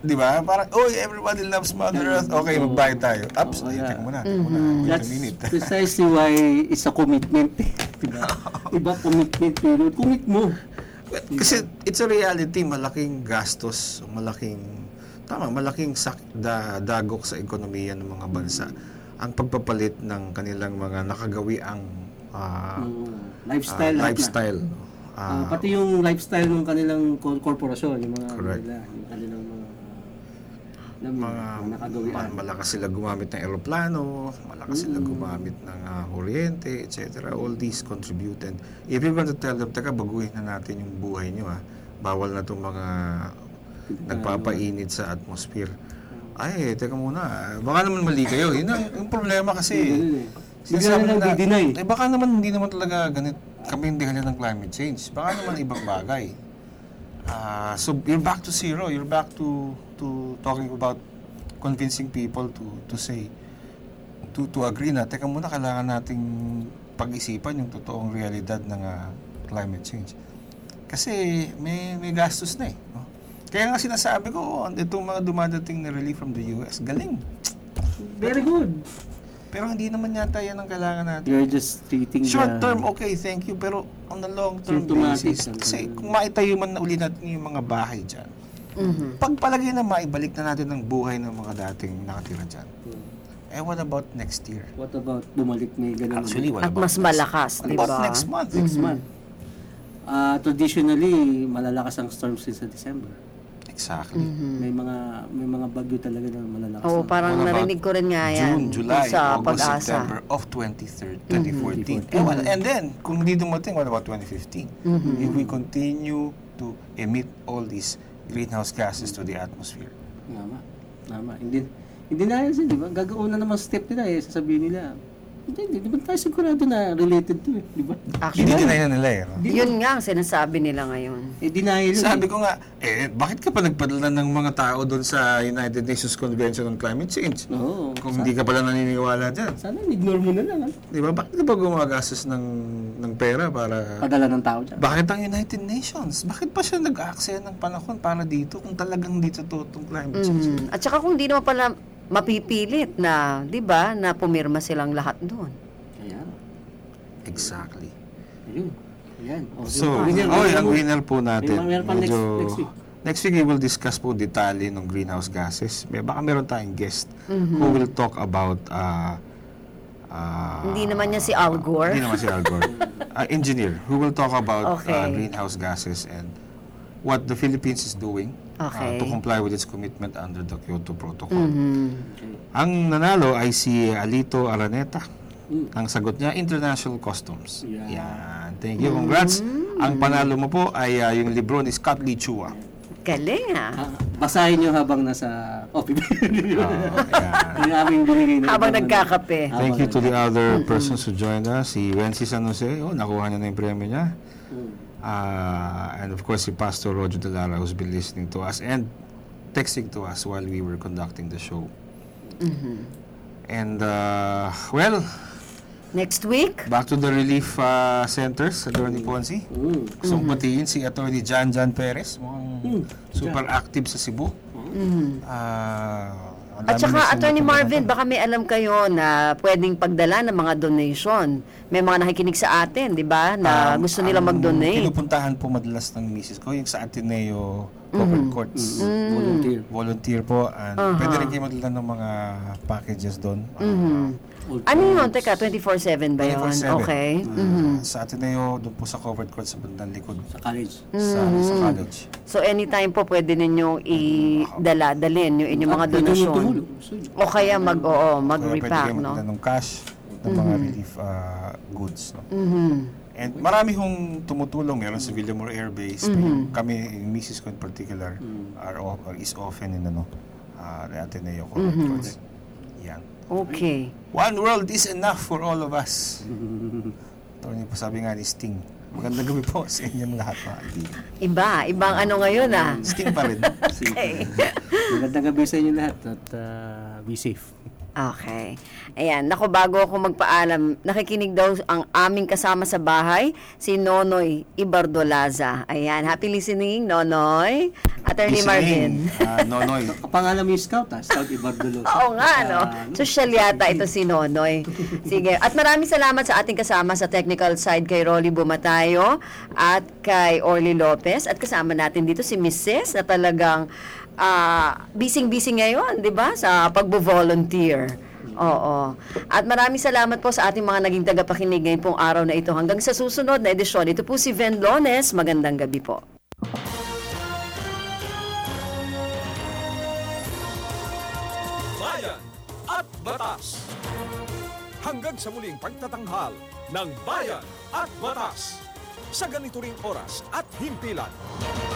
Speaker 3: di ba? Parang, oh, everybody loves Mother Earth. Okay, magbayad tayo. Ups, oh,
Speaker 4: Oo, yeah.
Speaker 3: yeah. mo na, teka mo na. Wait a
Speaker 4: Mm-hmm. That's
Speaker 3: minute.
Speaker 4: precisely why it's a commitment. eh. diba? Iba commitment pero commit mo.
Speaker 3: Well, Kasi it's a reality, malaking gastos, malaking, tama, malaking sak, da, dagok sa ekonomiya ng mga bansa. Ang pagpapalit ng kanilang mga nakagawiang ah,
Speaker 4: Mm, Lifestyle.
Speaker 3: ah,
Speaker 4: lahat na.
Speaker 3: lifestyle. Ah,
Speaker 4: Ah, pati yung lifestyle ng kanilang cor- korporasyon, yung mga
Speaker 3: Correct.
Speaker 4: nila, yung kanilang mga ng mga nakagawian. Mm.
Speaker 3: Ma- malakas sila gumamit ng eroplano, malakas sila gumamit ng ah, kuryente, etc. All these contributed. If you're going to tell them, teka, baguhin na natin yung buhay nyo, ah. bawal na itong mga nagpapainit sa atmosphere.
Speaker 4: Mm.
Speaker 3: Ay, teka muna, ah, baka naman mali kayo. Yun ang, yung problema kasi.
Speaker 4: Ganun eh. Bigla
Speaker 3: Sinasabi
Speaker 4: na lang
Speaker 3: nila,
Speaker 4: di-deny.
Speaker 3: eh, baka naman hindi naman talaga ganit kami yung dahilan ng climate change. Baka naman ibang bagay. Ah, so you're back to zero. You're back to to talking about convincing people to to say to to agree na teka muna kailangan nating pag-isipan yung totoong realidad ng ah, climate change. Kasi may may gastos na eh. no? Kaya nga sinasabi ko, oh, itong mga dumadating na relief from the US, galing.
Speaker 4: Very good.
Speaker 3: Pero hindi naman yata yan ang kailangan natin.
Speaker 4: You're just treating
Speaker 3: Short
Speaker 4: the-
Speaker 3: term, okay, thank you. Pero on the long term
Speaker 4: Symptomatic
Speaker 3: basis,
Speaker 4: ang
Speaker 3: kasi
Speaker 4: ganun.
Speaker 3: kung maitayo man na uli natin yung mga bahay dyan,
Speaker 2: Mhm.
Speaker 3: pagpalagay na maibalik na natin ang buhay ng mga dating nakatira dyan, eh what about next year?
Speaker 4: What about bumalik may ganun?
Speaker 3: Actually, Hmm.
Speaker 2: At
Speaker 3: what about
Speaker 2: mas malakas,
Speaker 3: What
Speaker 2: di
Speaker 3: about
Speaker 2: ba?
Speaker 3: next month?
Speaker 4: next
Speaker 2: Mm-hmm.
Speaker 4: month. Ah, traditionally, malalakas ang storms din sa December.
Speaker 3: Exactly.
Speaker 2: Mm-hmm.
Speaker 4: May mga may mga bagyo talaga na malalakas.
Speaker 2: Oo,
Speaker 4: na-
Speaker 2: parang
Speaker 3: What about
Speaker 2: narinig ko rin nga
Speaker 3: June,
Speaker 2: yan.
Speaker 3: July,
Speaker 2: sa
Speaker 3: August,
Speaker 2: pag-asa. Mm-hmm.
Speaker 3: September of 23rd, 2014. Eh, wala- and then, kung hindi dumating, what about 2015?
Speaker 2: Mm-hmm.
Speaker 3: If we continue to emit all these greenhouse gases to the atmosphere.
Speaker 4: Tama. Tama. Hindi, hindi na yun, di ba? Gagawin na naman step nila eh. Sasabihin nila, hindi, hindi naman tayo sigurado na related to eh. Di ba?
Speaker 2: Actually,
Speaker 3: Hindi deny na nila eh. no?
Speaker 2: yun nga ang sinasabi nila ngayon.
Speaker 4: Eh, denial yun.
Speaker 3: Sabi
Speaker 4: eh.
Speaker 3: ko nga, eh, bakit ka pa nagpadala ng mga tao doon sa United Nations Convention on Climate Change?
Speaker 4: Oo.
Speaker 3: Kung hindi ka pala naniniwala dyan.
Speaker 4: Sana ignore mo na lang. ah.
Speaker 3: Di ba? Bakit ka pa gumagastos ng, ng pera para...
Speaker 4: Padala ng tao dyan.
Speaker 3: Bakit ang United Nations? Bakit pa siya nag-aaksaya ng panahon para dito kung talagang dito to itong climate change?
Speaker 2: Mm. At saka kung di naman pala mapipilit na, di ba, na pumirma silang lahat doon.
Speaker 4: Ayan.
Speaker 3: Exactly.
Speaker 4: Ayun. Ayan. Oh, Ah, O,
Speaker 3: So,
Speaker 4: di ba?
Speaker 3: oy, ang winner po natin.
Speaker 4: May- meron pa next-
Speaker 3: medyo-
Speaker 4: next week.
Speaker 3: Next week, we will discuss po detalye ng greenhouse gases. May, baka meron tayong guest
Speaker 4: Mm-hmm.
Speaker 3: who will talk about ah, ah,
Speaker 2: Hindi naman niya si Al Gore.
Speaker 3: Hindi naman si Al Gore. Ah, engineer who will talk about
Speaker 2: Okay.
Speaker 3: ah, greenhouse gases and what the Philippines is doing ah,
Speaker 2: Okay.
Speaker 3: to comply with its commitment under the Kyoto Protocol. Ang nanalo ay si Alito Araneta. Ang sagot niya, International Customs. Yan. Thank you. Congrats. Ang panalo mo po ay ah, yung libro ni Scott Lee Chua.
Speaker 2: Galing ah.
Speaker 4: Ah, basahin nyo habang nasa office. Di ba?
Speaker 3: Oh, yan.
Speaker 4: Ang aming binigay na
Speaker 2: Habang
Speaker 4: ibang-
Speaker 2: nagkakape.
Speaker 4: Ah,
Speaker 3: Thank you to the other persons who joined us. Si Wency San Jose, oh, nakuha niya na yung premyo niya.
Speaker 4: Mm.
Speaker 3: Ah, and of course, si Pastor Roger De Lara who's been listening to us and texting to us while we were conducting the show.
Speaker 4: Mm-hmm.
Speaker 3: And, uh, well,
Speaker 2: Next week,
Speaker 3: back to the relief uh, centers, Attorney Ponzi.
Speaker 4: Mm.
Speaker 3: Gusto kong batiin si Attorney Jan Jan Perez, mukhang super active sa Cebu.
Speaker 4: Mm-hmm.
Speaker 3: Ah, ang
Speaker 2: At
Speaker 3: dami
Speaker 2: saka,
Speaker 3: na
Speaker 2: Attorney
Speaker 3: sumusulat.
Speaker 2: Marvin, baka may alam kayo na pwedeng pagdala ng mga donation. May mga nakikinig sa atin, di ba, na
Speaker 3: Um,
Speaker 2: gusto nila
Speaker 3: ang
Speaker 2: mag-donate.
Speaker 3: Pinupuntahan po madalas ng misis ko, yung sa Ateneo local
Speaker 2: Mm.
Speaker 3: courts.
Speaker 4: ano, Volunteer.
Speaker 3: Volunteer po. And
Speaker 2: Uh-huh.
Speaker 3: Pwede rin kayo madala ng mga packages doon. Ah,
Speaker 2: Ano yun? Teka, 24-7 ba yun?
Speaker 3: 24/7.
Speaker 2: Okay. Mm-hmm.
Speaker 3: Ah, Sa Ateneo, doon po sa covered court sa bandang likod
Speaker 4: Sa college.
Speaker 3: sa,
Speaker 2: Mm-hmm.
Speaker 3: sa college.
Speaker 2: So anytime po pwede ninyong idala, dalhin yung inyong mga
Speaker 4: At pwede nyo
Speaker 2: donasyon.
Speaker 4: tumulong. Gusto nyo.
Speaker 2: O kaya mag, oo,
Speaker 3: Kaya pwede
Speaker 2: mag-repack, no?
Speaker 3: kayo
Speaker 2: Mm-hmm.
Speaker 3: magdala ng cash ng mga relief ah, goods. No? And marami hong tumutulong. Meron sa Villamor Air Base.
Speaker 2: Mm-hmm.
Speaker 3: Kami, yung misis ko in particular, are, o- are- is often in ano, ah, the Ateneo covered courts.
Speaker 2: Mm-hmm.
Speaker 3: Yan.
Speaker 2: Okay.
Speaker 3: One world is enough for all of us.
Speaker 2: Mm-hmm.
Speaker 3: Ito niyo po sabi nga ni Sting. Magandang gabi po sa inyong lahat mga kaibigan.
Speaker 2: Iba, ibang ano ngayon ah.
Speaker 3: Sting pa rin.
Speaker 4: Okay. Magandang gabi sa inyo lahat at ah, be safe.
Speaker 2: Okay. Ayan, nako bago ako magpaalam, nakikinig daw ang aming kasama sa bahay, si Nonoy Ibardolaza. Ayan, happy listening, Nonoy. Attorney Marvin.
Speaker 3: Listening, ah, Nonoy.
Speaker 4: Kapangalan mo yung scout ha, Scout Ibardolo.
Speaker 2: Oo nga,
Speaker 4: Sa,
Speaker 2: no?
Speaker 4: ano,
Speaker 2: Social yata ito si Nonoy. Sige. At maraming salamat sa ating kasama sa technical side kay Rolly Bumatayo at kay Orly Lopez. At kasama natin dito si Mrs. na talagang ah, bising-bising ngayon, di ba? Sa pagbo-volunteer. Oo. At maraming salamat po sa ating mga naging tagapakinig ngayon pong araw na ito. Hanggang sa susunod na edisyon, ito po si Ven Lones. Magandang gabi po.
Speaker 1: Bayan at Batas. Hanggang sa muling pagtatanghal ng Bayan at Batas. Sa ganito ring oras at himpilan.